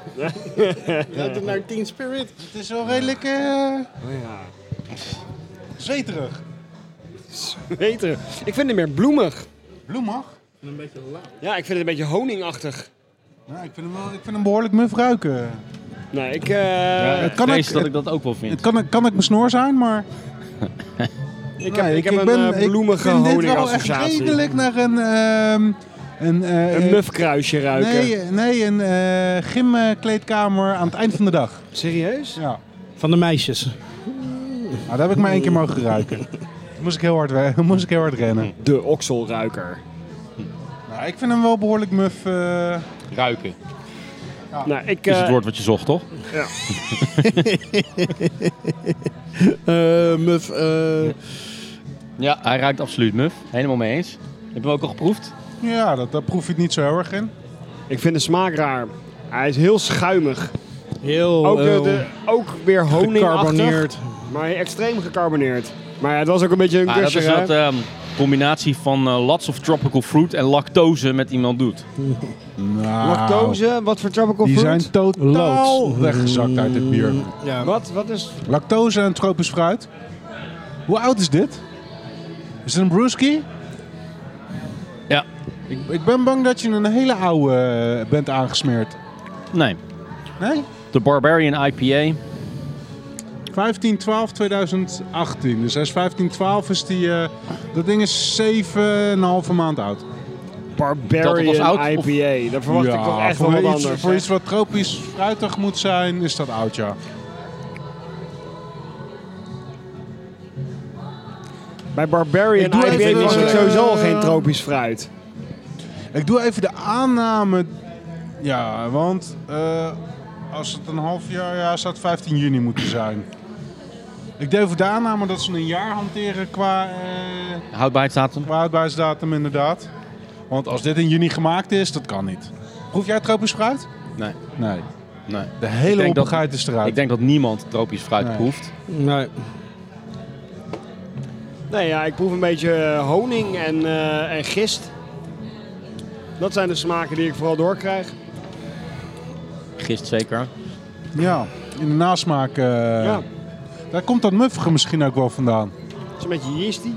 Ruikt het naar Teen Spirit? Het is wel redelijk eh Oh zweterig. Beter. Ik vind het meer bloemig. Bloemig. Ja, ik vind het een beetje honingachtig. Nou, ik, vind hem wel, ik vind hem behoorlijk muf ruiken. Nee, ik... eh, Het kan kan ook- dat het- ik dat ook wel vind. Het kan, kan ik mijn snor zijn, maar Ik heb, Nee, ik heb een eh, bloemige ik vind dit wel echt honingassociatie. redelijk naar een... ehm, een, eh, Een mufkruisje ruiken. Nee, nee een eh, gymkleedkamer aan het eind van de dag. Serieus? Ja. Van de meisjes. Nou, daar heb ik maar één keer mogen ruiken. Toen moest ik heel hard, we- moest ik heel hard rennen. De okselruiker. Nou, ik vind hem wel behoorlijk muf. eh. Ruiken Nou, ik, is eh, het woord wat je zocht, toch? Eh muf, eh, Ja, hij ruikt absoluut muf. Helemaal mee eens. Heb je hem ook al geproefd? ja, dat, daar proef je het niet zo heel erg in. ik vind de smaak raar. Hij is heel schuimig. heel Ook, de, eh, de- ook weer honingachtig. gecarboneerd. Maar extreem gecarboneerd. Maar ja, het was ook een beetje een Ah, dat kusje. is dat ehm, combinatie van eh, lots of tropical fruit en lactose met iemand doet. Nou, Lactose, wat voor tropical Die fruit? zijn totaal Loods. weggezakt uit het bier. Ja. Wat? Wat is... Lactose en tropisch fruit. Hoe oud is dit? Is het een brewski? Ja. Ik, ik ben bang dat je een hele oude eh, bent aangesmeerd. Nee. Nee? De Barbarian IPA. 15, 12, 2018. Dus hij is 15, 12 is die... eh, dat ding is 7,5 maand Dat oud. het Barbarian als oud- of- IPA. Dat verwacht ik toch echt wel voor, wat iets, anders. voor hè? iets wat tropisch fruitig moet zijn, is dat oud, ja. Bij Barbarian Ik doe IPA even, was ik eh, sowieso al geen tropisch fruit. Ik doe even de aanname. Ja, want eh, als het een half jaar, ja, zou het 15 juni moeten zijn. Ik deed voor de aanname dat ze een jaar hanteren qua, eh Houdbaarheidsdatum. qua uitbuisdatum, inderdaad. Want als dit in juni gemaakt is, dat kan niet. Proef jij tropisch fruit? Nee. Nee. Nee. De Ik hele denk dat- hoppigheid is eruit. Ik denk dat niemand tropisch fruit Nee. proeft. Nee. Nee, ja, ik proef een beetje eh, honing en, eh, en gist. Dat zijn de smaken die ik vooral doorkrijg. Gist zeker. Ja, in de nasmaak. eh, Ja, Daar komt dat muffige misschien ook wel vandaan. het is een beetje yeasty.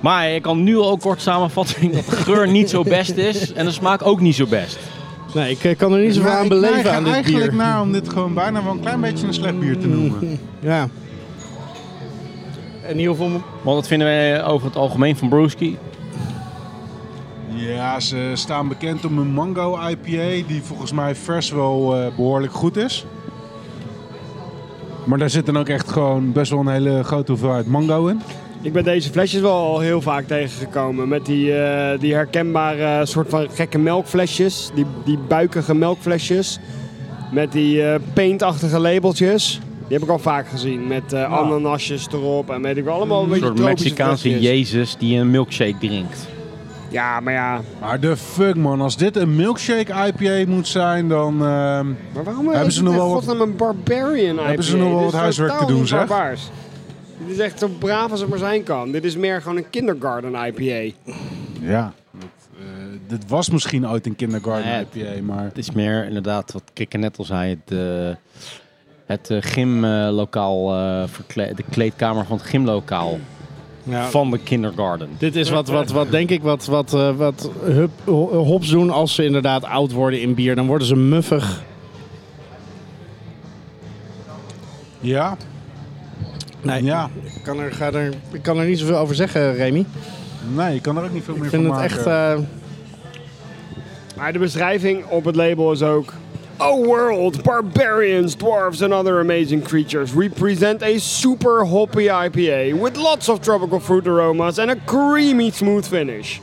Maar ik kan nu al kort samenvatten dat de geur niet zo best is en de smaak ook niet zo best. Nee, ik eh, kan er niet zoveel Maar aan ik neig beleven er aan dit eigenlijk bier. Mm. naar om dit gewoon bijna wel een klein beetje een slecht bier te noemen. Ja. In ieder geval... Want dat vinden wij over het algemeen van Brewski. Ja, ze staan bekend om hun mango IPA, die volgens mij vers wel eh, behoorlijk goed is. Maar daar zit dan ook echt gewoon best wel een hele grote hoeveelheid mango in. Ik ben deze flesjes wel al heel vaak tegengekomen. Met die, eh, die herkenbare eh, soort van gekke melkflesjes. Die, die buikige melkflesjes. Met die eh, paintachtige labeltjes. Die heb ik al vaak gezien. Met Ah. eh, ananasjes erop en weet ik wel. Allemaal een Een beetje soort tropische Mexicaanse flesjes. Jezus die een milkshake drinkt. Ja, maar ja. Maar de fuck man, als dit een milkshake IPA moet zijn, dan... ehm, Maar waarom eh, Hebben hebben ze ze nog nog wel wel wat- godsnaam een barbarian IPA? Hebben ze nog wel Dit is wat huiswerk te totaal doen, niet zeg? barbaars. Dit is echt zo braaf als het maar zijn kan. Dit is meer gewoon een kindergarten IPA. ja, dat, eh, dit was misschien ooit een kindergarten Nee, IPA, maar... Het is meer inderdaad wat Kikker net al zei, het, eh, het eh, gymlokaal, eh, verkle- de kleedkamer van het gymlokaal van de kindergarten. Dit is wat, wat, wat denk ik, wat, wat, eh, wat hup, ho- hops doen als ze inderdaad oud worden in bier. Dan worden ze muffig. Ja, Nee, ja. ik, kan er, ga er, ik kan er niet zoveel over zeggen, Remy. Nee, je kan er ook niet veel meer Ik vind van het maken. echt... eh, Maar de beschrijving op het label is ook... Oh world, barbarians, dwarves and other amazing creatures. We present a super hoppy IPA with lots of tropical fruit aromas and a creamy smooth finish.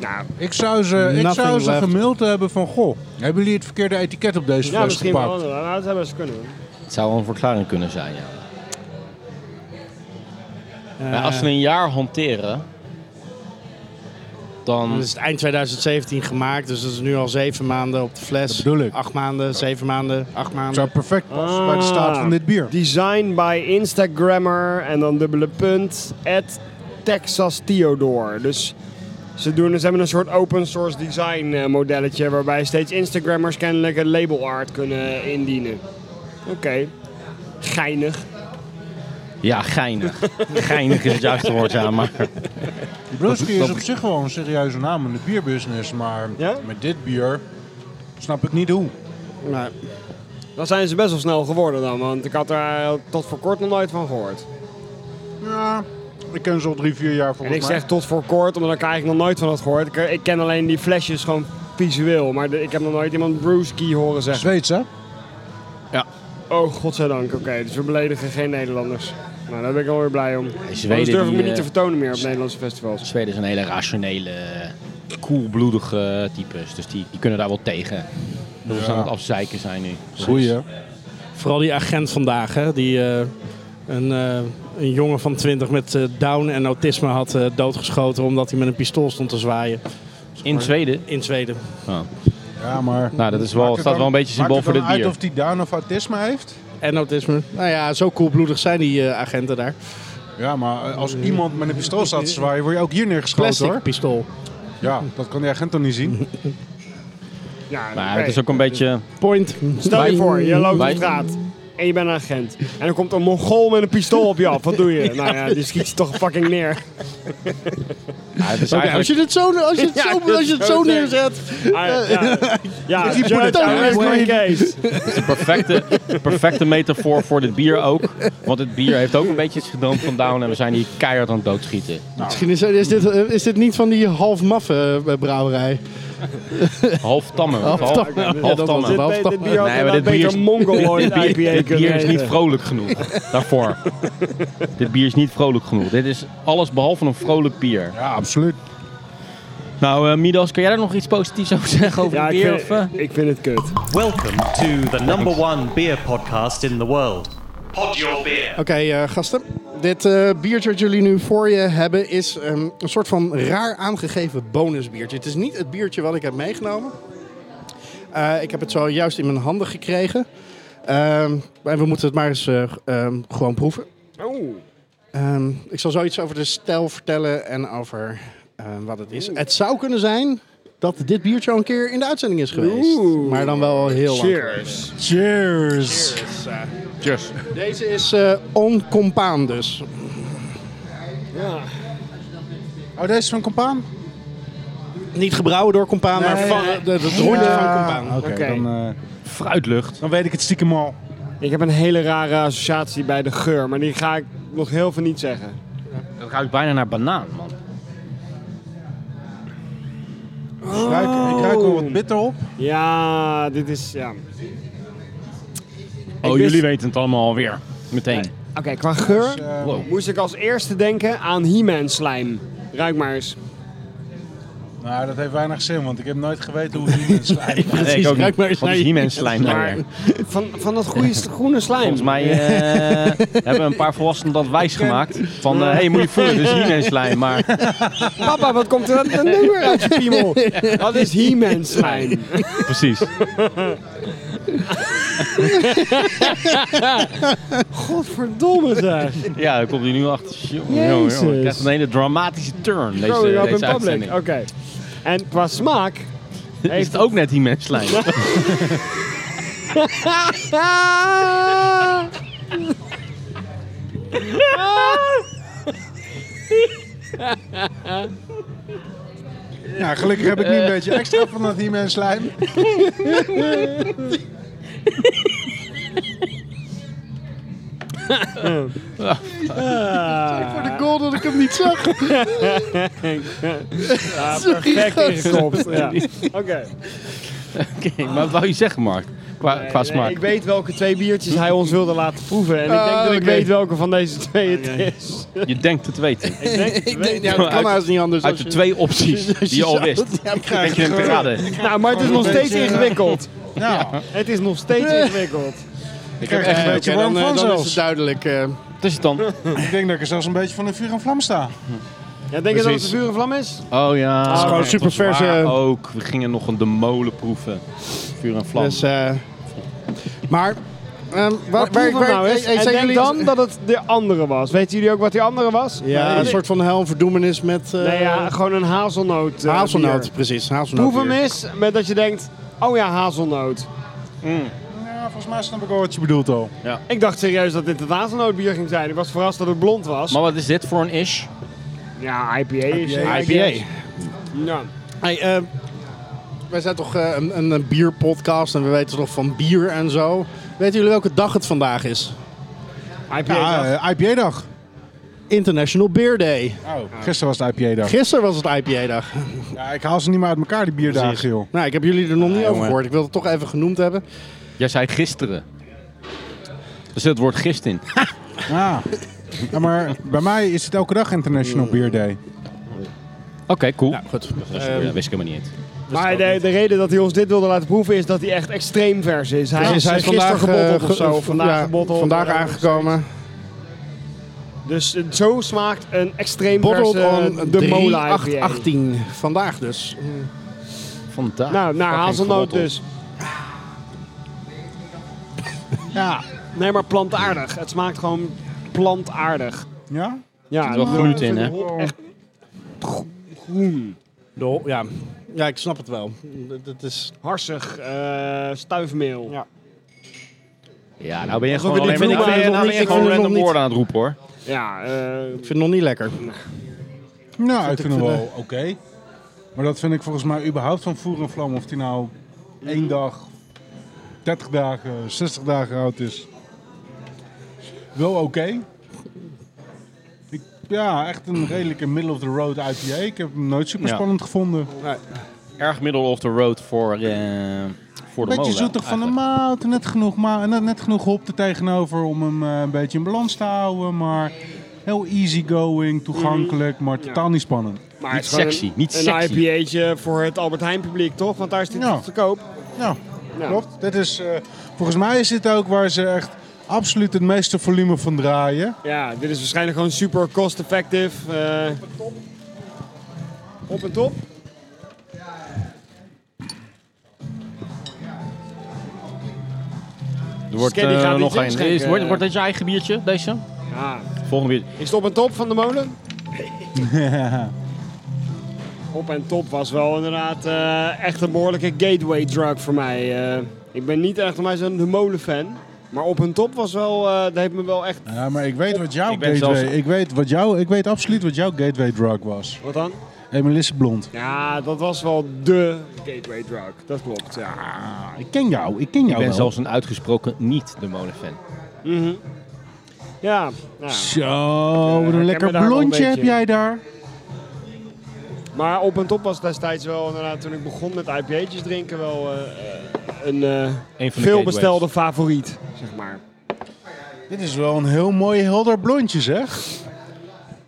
Nou, Ik zou ze, ik Nothing zou ze left. gemaild hebben van... Goh, hebben jullie het verkeerde etiket op deze ja, fles misschien wel. eh. gepakt? Nou, dat zou best kunnen. hoor. Het zou wel een verklaring kunnen zijn, ja. Maar als we een jaar hanteren, dan... Het is eind 2017 gemaakt, dus dat is nu al zeven maanden op de fles. Dat bedoel ik. Acht maanden, zeven maanden, acht Het maanden. zou perfect passen bij de staat van dit bier. Design by Instagrammer en dan dubbele punt at Texas Theodore. Dus ze, doen, ze hebben een soort open source design eh, modelletje waarbij steeds Instagrammers kennelijk een label art kunnen indienen. Oké, geinig. Ja, geinig. geinig is het juiste woord, ja, maar... Brewski dat- is op zich wel een serieuze naam in de bierbusiness, maar Ja? met dit bier snap ik niet hoe. Maar Dan zijn ze best wel snel geworden dan, want ik had er eh, tot voor kort nog nooit van gehoord. Ja, ik ken ze al drie, vier jaar En volgens ik mij. zeg tot voor kort, omdat ik er eigenlijk nog nooit van had gehoord. Ik, eh, ik ken alleen die flesjes gewoon visueel, maar de- ik heb nog nooit iemand Brewski horen zeggen. Zweeds, hè? Oh, godzijdank. Oké, dus we beledigen geen Nederlanders. Nou, daar ben ik alweer blij om. Anders Zweden, durf ik die, me niet eh, te vertonen meer op Nederlandse festivals. Zweden zijn hele rationele, koelbloedige types. Dus die, die kunnen daar wel tegen. Dat we ze aan het afzeiken zijn nu. Goeie. vooral die agent vandaag, hè, die eh, een, eh, een jongen van 20 met eh, down en autisme had eh, doodgeschoten omdat hij met een pistool stond te zwaaien In Zweden? in Zweden. Ja, maar... Nou, dat is wel, staat wel een beetje symbool voor dit Maakt het bier. dan uit of die Down of autisme heeft? En autisme. Nou ja, zo koelbloedig zijn die eh, agenten daar. Ja, maar eh, als iemand met een pistool staat te zwaaien, word je ook hier neergeschoten, Plastic hoor. pistool. Ja, dat kan die agent dan niet zien. Ja, Maar oké. het is ook een beetje... Point. Stel je Wij- voor, je loopt wij- op straat en je bent een agent. En er komt een Mongool met een pistool op je af. Wat doe je? Nou ja, die schiet je toch fucking neer. Ja, het is Als eigenlijk... je het zo, als je het Ja, zo, ik wil als je het het zo zo zeggen. neerzet. Ah, ja, ja, ja Die judge, put it down arrest that my way. case. de perfecte, perfecte metafoor voor dit bier ook. Want het bier heeft ook een beetje het gedroom van Down en we zijn hier keihard aan het doodschieten. Misschien is, is, dit, eh, is dit niet van die half maffe eh, brouwerij. Half tammen. Half Half- tammen. Ja, dat Half was tammen. het. Dit, dit bier had Nee, maar inderdaad dit bier is- beter Mongol Dit ooit bier- IPA dit bier kunnen is niet heten. vrolijk genoeg daarvoor. Dit bier is niet vrolijk genoeg. Dit is alles behalve een vrolijk bier. Ja, absoluut. Nou, eh, Midas, kan jij daar nog iets positiefs over zeggen over Ja, het ik bier? Of, eh? vind, ik vind het kut. Welcome to the number one beer podcast in the world. Pod your beer. Oké, eh, gasten. Dit eh, biertje wat jullie nu voor je hebben is ehm, een soort van raar aangegeven bonusbiertje. Het is niet het biertje wat ik heb meegenomen. Eh, ik heb het zojuist in mijn handen gekregen. Ehm, en we moeten het maar eens eh, ehm, gewoon proeven. Oeh. Ehm, ik zal zoiets over de stijl vertellen en over ehm, wat het is. Het zou kunnen zijn dat dit biertje al een keer in de uitzending is geweest. Oeh. Maar dan wel heel lang. Cheers. Cheers! Cheers. Deze is eh oncompaan dus. Ja. Oh, deze is van Compaan? Niet gebrouwen door Compaan, maar Nee. van, eh, de- het rondje van Compaan. Oké, Oké. dan, eh, Fruitlucht. dan weet ik het stiekem al. Ik heb een hele rare associatie bij de geur, maar die ga ik nog heel veel niet zeggen. Het ruikt bijna naar banaan, man. Ik ruik, ik ruik wel wat bitter op. Ja, dit is. Ja. Oh, wist- jullie weten het allemaal alweer. Meteen. Oké, qua geur eh, Wow. moest ik als eerste denken aan He-Man slijm. Ruik maar eens. Nou, dat heeft weinig zin, want ik heb nooit geweten hoe die mensen lijken. Nee, Precies, ik ook ruik niet. maar Want eens naar het is je- hier slijm nou Maar weer. van, van dat goede s- groene slijm. Volgens mij eh, hebben een paar volwassenen dat wijs gemaakt. Van, hé, hey, moet je voelen, dit is hier slijm. Maar Papa, wat komt er dan- dan nu weer uit je piemel? Dat is He-Man slijm. Precies. Godverdomme zeg. Ja, daar komt hij nu achter. Jongen, jongen, jongen. Jezus. Het krijgt een hele dramatische turn, deze, Growing up in deze public. uitzending. Oké. En qua smaak. Is het ook net die menslijn? Ah! Nou, gelukkig heb ik nu een beetje extra van dat He-Man slijm. Voor de goal dat ik hem niet zag. Perfect ingekopt. Ja. Oké. Oké, maar wat wou je zeggen, Mark? Qua, qua Nee, smaak. eh, Ik weet welke twee biertjes hij ons wilde laten proeven. En ik denk Ah, dat ik oké. weet welke van deze twee het is. Je denkt het weten. Ik denk, ja, dat kan Uit- haast niet anders. Uit de twee opties die je al wist. ik ga Denk je hem te raden? Nou, maar het is nog steeds ingewikkeld. Nou, Het is nog steeds ingewikkeld. Ik heb krijg er echt een leuk. beetje warm dan, eh, van dan is het zelfs. duidelijk. eh, Wat is het dan? Ik denk dat ik er zelfs een beetje van een vuur en vlam sta. Ja, denk je dat het Precies. een vuur vlam is? Oh ja. Ah, Het is gewoon superverse- Ook. We gingen nog een de molen proeven. Vuur en vlam. dus, eh, maar. ehm waar, Wat waar, proeven we waar, nou eens? hey, En zijn denk jullie- dan dat het de andere was. Weten jullie ook wat die andere was? Ja, een soort van hel en verdoemenis met. eh Nee, ja, gewoon een hazelnoot. eh, hazelnoot, bier. precies. Hazelnoot. Proef hem bier. eens met dat je denkt, oh ja, hazelnoot. Ja, volgens mij snap ik wel wat je bedoelt al. Ik dacht serieus dat dit het hazelnootbier ging zijn. Ik was verrast dat het blond was. Maar wat is dit voor een ish? Ja, IPA is IPA. I guess. Ja. Hey, eh, wij zijn toch eh, een, een, een bierpodcast en we weten toch van bier en zo. Weten jullie welke dag het vandaag is? IPA. Ja, dacht- eh, IPA-dag. International Beer Day. Gisteren was het IPA-dag. Gisteren was het IPA-dag. Ja, ik haal ze niet meer uit elkaar, die bierdagen, joh. Nou, ik heb jullie er nog niet over jongen. gehoord. Ik wil het toch even genoemd hebben. Jij zei gisteren. Er zit het woord gist in. Ja. Ja, maar bij mij is het elke dag International Beer Day. Oké, cool. goed. dat wist ik helemaal niet. Maar de, de reden dat hij ons dit wilde laten proeven is dat hij echt extreem vers is. Hij is, hij is gisteren gebotteld of zo. Vandaag gebotteld. Vandaag whatever. aangekomen. Dus eh, zo smaakt een extreem Bottled verse on de Mola IPA. 18 Vandaag dus. Vandaag. Nou, naar Fucking hazelnoot gebotteld. dus. Ja, nee, maar plantaardig. Het smaakt gewoon plantaardig. Ja? Ja, Er zit wel gluten in, hè? Echt groen, ja. ja, ik snap het wel. Dat- Dat is... harsig, eh, stuifmeel. Ja. Ja, nou ben je gewoon ik alleen vind maar... het Nou nog ben je- niet- nou ben ik je vind gewoon het nog random niet. woorden aan het roepen, hoor. eh, Ik vind het nog niet lekker. Nou, ik ik vind hem vind, wel oké. Maar dat vind ik volgens mij überhaupt van voer en vlam. Of die nou één dag, 30 dagen, 60 dagen oud is. Wel oké. Ik- Ja, echt een redelijke middle-of-the-road IPA. Ik heb hem nooit super Ja. spannend gevonden. Erg middle of the road voor, eh voor de beetje molen. zoetig van de eigenlijk. maat, net genoeg, ma net, net genoeg hop er tegenover om hem eh, een beetje in balans te houden. Maar heel easygoing, toegankelijk, maar totaal niet spannend. maar Niet het is gewoon sexy, een, niet Een sexy. IPA'tje voor het Albert Heijn publiek, toch? Want daar is dit Ja. te koop. Ja, Ja. klopt. Dit is, eh, volgens mij is dit ook waar ze echt absoluut het meeste volume van draaien. Ja, dit is waarschijnlijk gewoon super cost-effective. eh. op en top. Er wordt Scanny eh, gaat niet nog een. inschenken. Is- Wordt, wordt dit je eigen biertje, deze? Ja. Volgende biertje. Is het op en top van de molen? op en top was wel inderdaad eh, echt een behoorlijke gateway drug voor mij. eh. ik ben niet echt mij zo'n de molen fan. Maar op en top was wel, eh, dat heeft me wel echt. Ja, maar ik weet wat jouw Ik ben gateway... zelfs- Ik weet, wat jouw, ik weet absoluut wat jouw gateway drug was. Wat dan? Emelisse Blond. Ja, dat was wel de gateway drug. Dat klopt. Ja. Ah, ik ken jou, ik ken jou Ik ben Oh, wel. zelfs een uitgesproken niet de molenfan. Mhm. Ja, ja. Zo, wat ken een me lekker daar wel een blondje heb beetje. jij daar. Maar op en top was destijds wel inderdaad toen ik begon met IPA'tjes drinken wel eh, een eh Een van de veelbestelde favoriet, zeg maar. Dit is wel een heel mooi helder blondje zeg.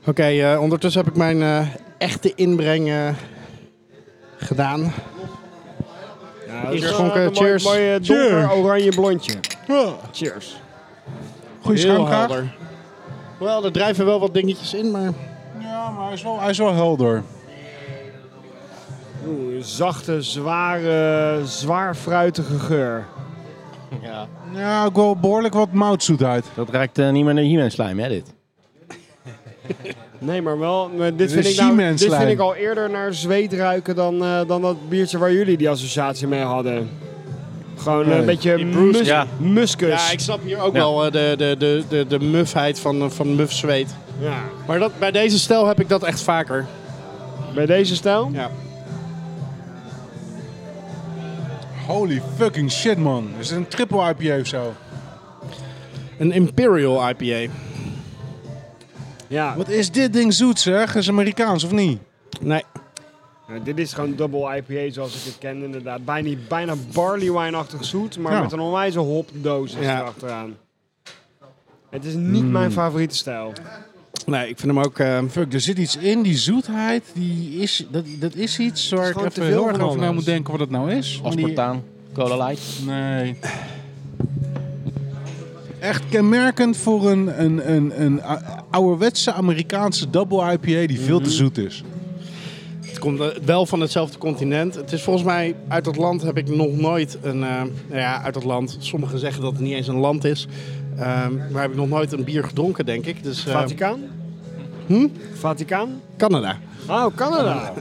Oké, eh, ondertussen heb ik mijn eh, echte inbreng eh, gedaan. Ja, dat Ingeschonken, wel een mooi- cheers. Mooi, eh, donker oranje blondje. Cheers. Goeie schuimkraag. Wel, er drijven wel wat dingetjes in, maar... Ja, maar hij is wel, hij is wel helder. Oeh, een zachte, zware, zwaar fruitige geur. Ja. Ja, ook wel behoorlijk wat moutzoetheid. Dat ruikt eh, niet meer naar hiermee slijm, hè, dit? Nee, maar wel. maar dit, is vind ik nou, Siemens dit vind slijm. ik al eerder naar zweet ruiken dan, eh, dan dat biertje waar jullie die associatie mee hadden. Gewoon eh, Nee. een beetje Die Bruce, mus- ja. muskus. Ja, ik snap hier ook Ja. wel eh, de, de, de, de, de mufheid van, eh, van muf zweet. Ja. Maar dat, bij deze stijl heb ik dat echt vaker. Bij deze stijl? Ja. Holy fucking shit, man. Is het een triple IPA of zo? Een Imperial IPA. Ja. Wat is dit ding zoet, zeg? Is Amerikaans of niet? Nee. Ja, dit is gewoon double IPA zoals ik het ken inderdaad. Bijna, bijna barley wine-achtig zoet, maar Ja. met een onwijze hopdosis Ja. Mm. erachteraan. Het is niet mijn favoriete stijl. Nee, ik vind hem ook... eh, Fuck, er zit iets in, die zoetheid, die is, dat, dat is iets waar ik gewoon te even veel heel erg van over na alles. moet denken wat dat nou is. Maar die- Aspartaan, Cola Light. Nee. Echt kenmerkend voor een, een, een, een a- ouderwetse Amerikaanse double IPA die veel te zoet is. het komt eh, wel van hetzelfde continent. Het is volgens mij... Uit dat land heb ik nog nooit een... eh, nou ja, uit dat land. Sommigen zeggen dat het niet eens een land is. Ehm, maar heb ik nog nooit een bier gedronken, denk ik. Dus eh, Vaticaan? Hm? Vaticaan? Canada. Oh, Canada.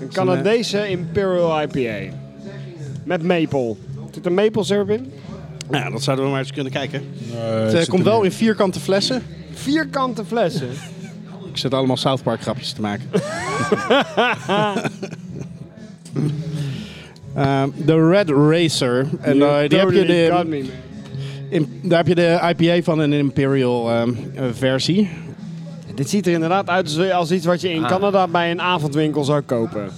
Een Canadese eh, Imperial IPA. Met maple. Zit er maple syrup in? Nou, ja, dat zouden we maar eens kunnen kijken. Het, het eh, zit komt er wel in vierkante flessen. Vierkante flessen. Ik zit allemaal South Park grapjes te maken. Ehm, De Red Racer. En eh, die heb je Totally got de, me, man. im- daar heb je de IPA van en een Imperial ehm, eh, versie. Dit ziet er inderdaad uit als- als iets wat je in Ah. Canada bij een avondwinkel zou kopen.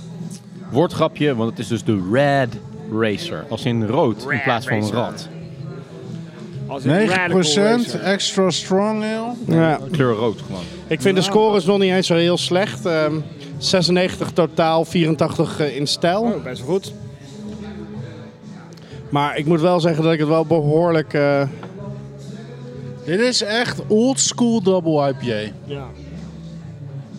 Woordgrapje, want het is dus de Red Racer. Als in rood in plaats van rad. Als in Radical Racer. 9% extra strong ale. Ja. Kleur rood gewoon. Ik vind de scores nog niet eens zo heel slecht. Ehm, 96 totaal, 84 eh, in stijl. Oh, best wel goed. Maar ik moet wel zeggen dat ik het wel behoorlijk... eh, Dit is echt old school double IPA. Ja.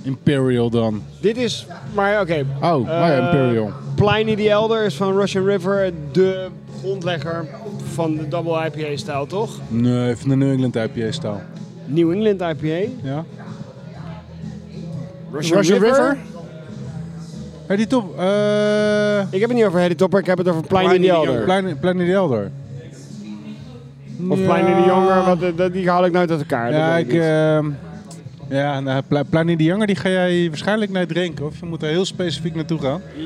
Imperial dan. Dit is, maar oké. Oh, nou ja, Eh, Imperial. Pliny the Elder is van Russian River de grondlegger van de double IPA-stijl, toch? Nee, van de New England IPA stijl. New England IPA. Ja. Russian, Hey, die top. eh Ik heb het niet over Harry Topper, ik heb het over Pliny, Pliny the the Elder. Plan- Planet the Elder. Of Ja. Pliny the Younger, want eh, dat- die haal ik nooit uit elkaar. dat Ja, weet ik ik, niet. ehm, ja nou, Pla- Pliny de Younger die ga jij waarschijnlijk naar drinken. Of je moet daar heel specifiek naartoe gaan. Eh,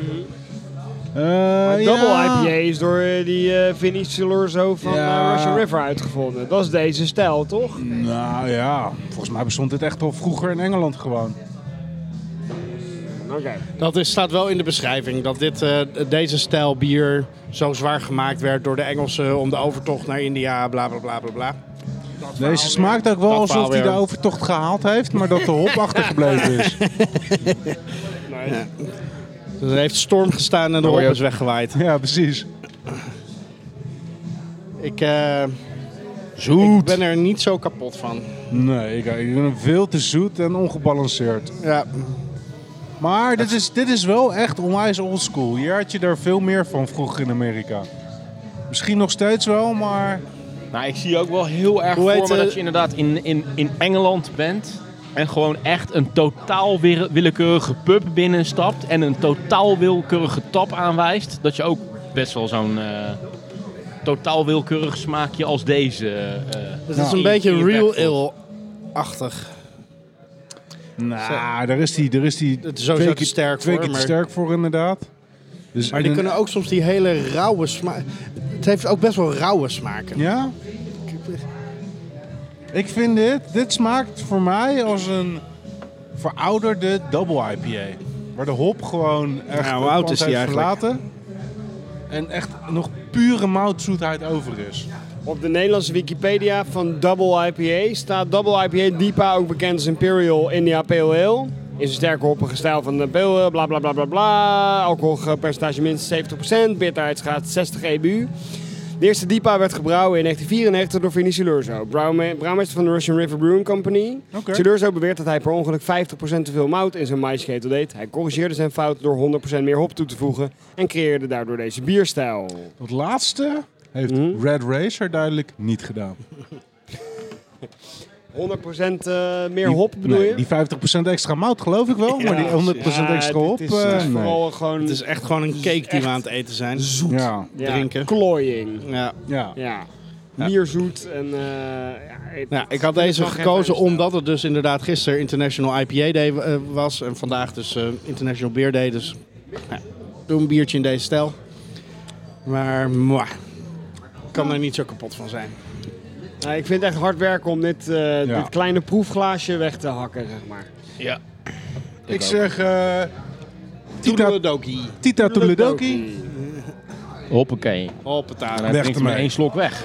Mhm. Maar ja. Double IPA is door eh, die eh Vinnie Silurzo van eh, Ja. Russian River uitgevonden. Dat is deze stijl, toch? Nou ja, volgens mij bestond dit echt al vroeger in Engeland gewoon. Oké. Dat is, staat wel in de beschrijving. Dat dit, eh, deze stijl bier zo zwaar gemaakt werd door de Engelsen om de overtocht naar India, bla bla bla bla bla. Deze smaakt ook wel Dat alsof verhaal hij de weer. overtocht gehaald heeft, maar dat de hop achtergebleven is. Dus er heeft storm gestaan en de Hoor hop je is weggewaaid. Ja, precies. Ik, eh, ik Zoet. ben er niet zo kapot van. Nee, ik, ik ben hem veel te zoet en ongebalanceerd. Ja, Maar dit is, dit is wel echt onwijs oldschool. Hier had je daar veel meer van vroeger in Amerika. Misschien nog steeds wel, maar... Nou, ik zie ook wel heel erg Hoe voor heet, me eh, dat je inderdaad in, in, in Engeland bent. En gewoon echt een totaal wille- willekeurige pub binnenstapt. En een totaal willekeurige tap aanwijst. Dat je ook best wel zo'n eh, totaal willekeurig smaakje als deze. eh, het is Nou, een in- in beetje je real bek voelt. ale-achtig. Nou, daar is die, daar is die Het is sowieso twee te keer sterk twee voor, keer te maar- sterk voor inderdaad. Dus Maar die en- kunnen ook soms die hele rauwe smaak... Het heeft ook best wel rauwe smaken. Ja? Ik vind dit, dit smaakt voor mij als een verouderde double IPA. Waar de hop gewoon echt Ja, Nou, hoe de oud pand is die heeft eigenlijk? verlaten. En echt nog pure moutzoetheid over is. Op de Nederlandse Wikipedia van Double IPA staat Double IPA DIPA, ook bekend als Imperial India Pale Ale. Is een sterke hoppige stijl van de pale ale, bla bla bla bla bla. Alcoholpercentage minstens 70%, bitterheidsgraad 60 EBU. De eerste DIPA werd gebrouwen in 1994 door Vinnie Silurzo, brouwme- brouwmeester van de Russian River Brewing Company. Oké. Silurzo beweert dat hij per ongeluk 50% te veel mout in zijn maïsketel deed. Hij corrigeerde zijn fout door 100% meer hop toe te voegen en creëerde daardoor deze bierstijl. Dat Hmm? laatste heeft Red Racer duidelijk niet gedaan. 100% eh meer Die- hop bedoel nee, je? Die 50% extra mout geloof ik wel, maar die 100% Ja, extra hop. Het is, eh, het is nee. vooral gewoon Het is echt gewoon een cake die echt we aan het eten zijn. Ja, ja, drinken. klooiing. Ja. ja. Ja. Mierzoet en... eh, ja, het- Nou, ik had het deze mag even gekozen uitstaan. omdat het dus inderdaad gisteren International IPA Day eh, was. En vandaag dus eh, International Beer Day. Dus nou, doe een biertje in deze stijl. Maar mwah, ik kan er niet zo kapot van zijn. Nou, ik vind het echt hard werken om dit, eh, Ja. dit kleine proefglaasje weg te hakken, zeg maar. Ja. Ik zeg eh Tita, Toedeledokie. Tita Toledoki. Hoppakee. Hoppata. En Weg dan drinkt hij ermee. maar één slok weg.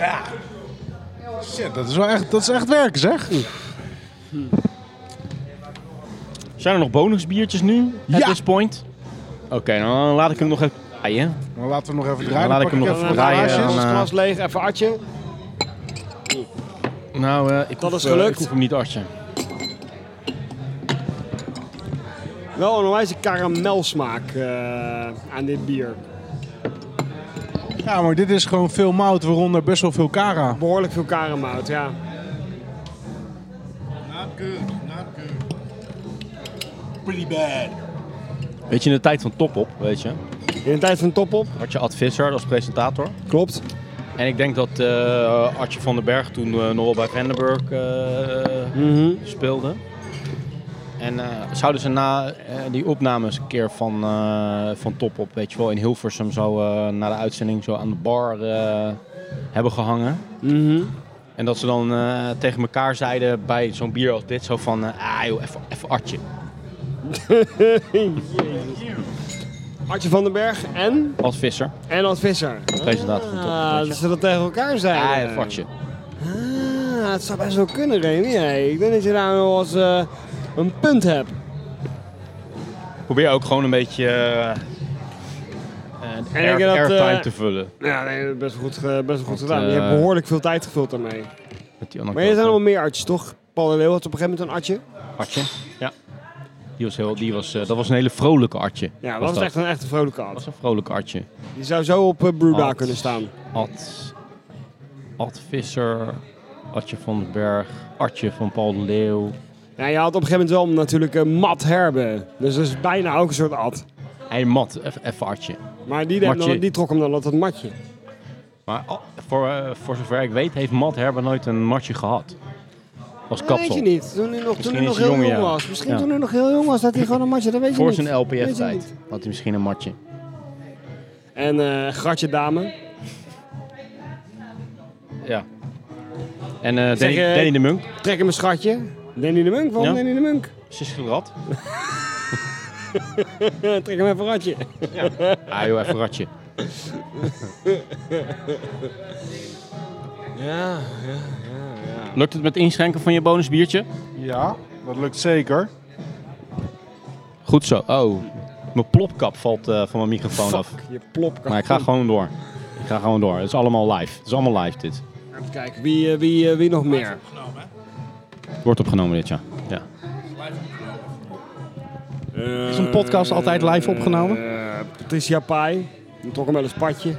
Shit, dat is wel echt, dat is echt werk zeg. Zijn er nog bonusbiertjes nu? At Ja. this point? Oké, nou, dan laat ik hem nog even draaien. Dan Nou, laten we nog even Dan draaien. laat ik pak hem nog even Even draaien, glaasje, dan, ons eh, glas leeg, even atje. Nou, eh, ik, Dat hoef, is eh, gelukt. ik hoef hem niet artsen. Wel een onwijze karamelsmaak eh, aan dit bier. Ja, maar dit is gewoon veel mout, waaronder best wel veel kara. Behoorlijk veel karamout, ja. Weet je, in de tijd van Top Op, weet je, In de tijd van top op. had je Ad Visser als presentator. Klopt. En ik denk dat eh Artje van den Berg toen eh, nog wel bij Vandenberg eh, Mhm. speelde. En eh, zouden ze na eh, die opnames een keer van, eh, van Top Op, weet je wel, in Hilversum zo eh, na de uitzending zo aan de bar eh, hebben gehangen? Mhm. En dat ze dan eh, tegen elkaar zeiden bij zo'n bier als dit, zo van, eh, ah joh, even- even Artje. Artje van den Berg en? Als Visser, En Ad Visser. presentator van Top Op. Ah, dat ze dat tegen elkaar zijn. Ah, even Artje. Ah, het zou best wel kunnen, Remy. Hey, ik denk dat je daar nog wel eens eh, een punt hebt. Probeer ook gewoon een beetje eh, eh, de En ik air, denk dat, airtime eh, te vullen. Ja, nee, best wel goed, ge- best wel goed gedaan. eh, je hebt behoorlijk veel tijd gevuld daarmee. Met die Maar je anekdote. zijn allemaal meer artjes, toch? Paul de Leeuw had op een gegeven moment een artje. Artje. Ja. Die was heel, die was, eh, dat was een hele vrolijke artje. Ja, dat was, echt een echte vrolijke Dat art. was een vrolijke artje. Die zou zo op eh, Bruda Ad. kunnen staan. Ad, Ad Visser, Artje van den Berg, Artje van Paul de Leeuw. Ja, je had op een gegeven moment wel natuurlijk een Mat Herbe. Dus dat is bijna ook een soort ad. Hij mat, even even Artje. Maar die, deed Matje. dan, die trok hem dan op dat matje. Maar al- voor, eh, voor zover ik weet heeft Matt Herber nooit een matje gehad. Als Dat weet je kapsel. niet. Toen hij nog, toen Misschien hij nog is hij heel jong, jong, ja. was. Misschien Ja. toen hij nog heel jong was, dat hij gewoon een matje. Dat weet je Voor niet. zijn Weet je niet. LPF-tijd had hij misschien een matje. En eh Gratje Dame. Ja. En eh, Danny, eh, Danny de Munk. Trek hem een schatje. Danny de Munk, waarom Ja. Danny de Munk? Ze is gerad. Eh, Trek hem even een ratje. Ah joh, even ratje. Ja, ja. Lukt het met inschenken van je bonusbiertje? Ja, dat lukt zeker. Goed zo. Oh, mijn plopkap valt eh, van mijn microfoon af. Je plopkap. Maar ik ga gewoon door. Ik ga gewoon door. Het is allemaal live. Het is allemaal live dit. Even kijken, wie, eh, wie, eh, wie nog meer? Wordt opgenomen dit, ja. ja. Is een podcast altijd live opgenomen? Eh, Patricia Pai. Die trok hem wel eens patje.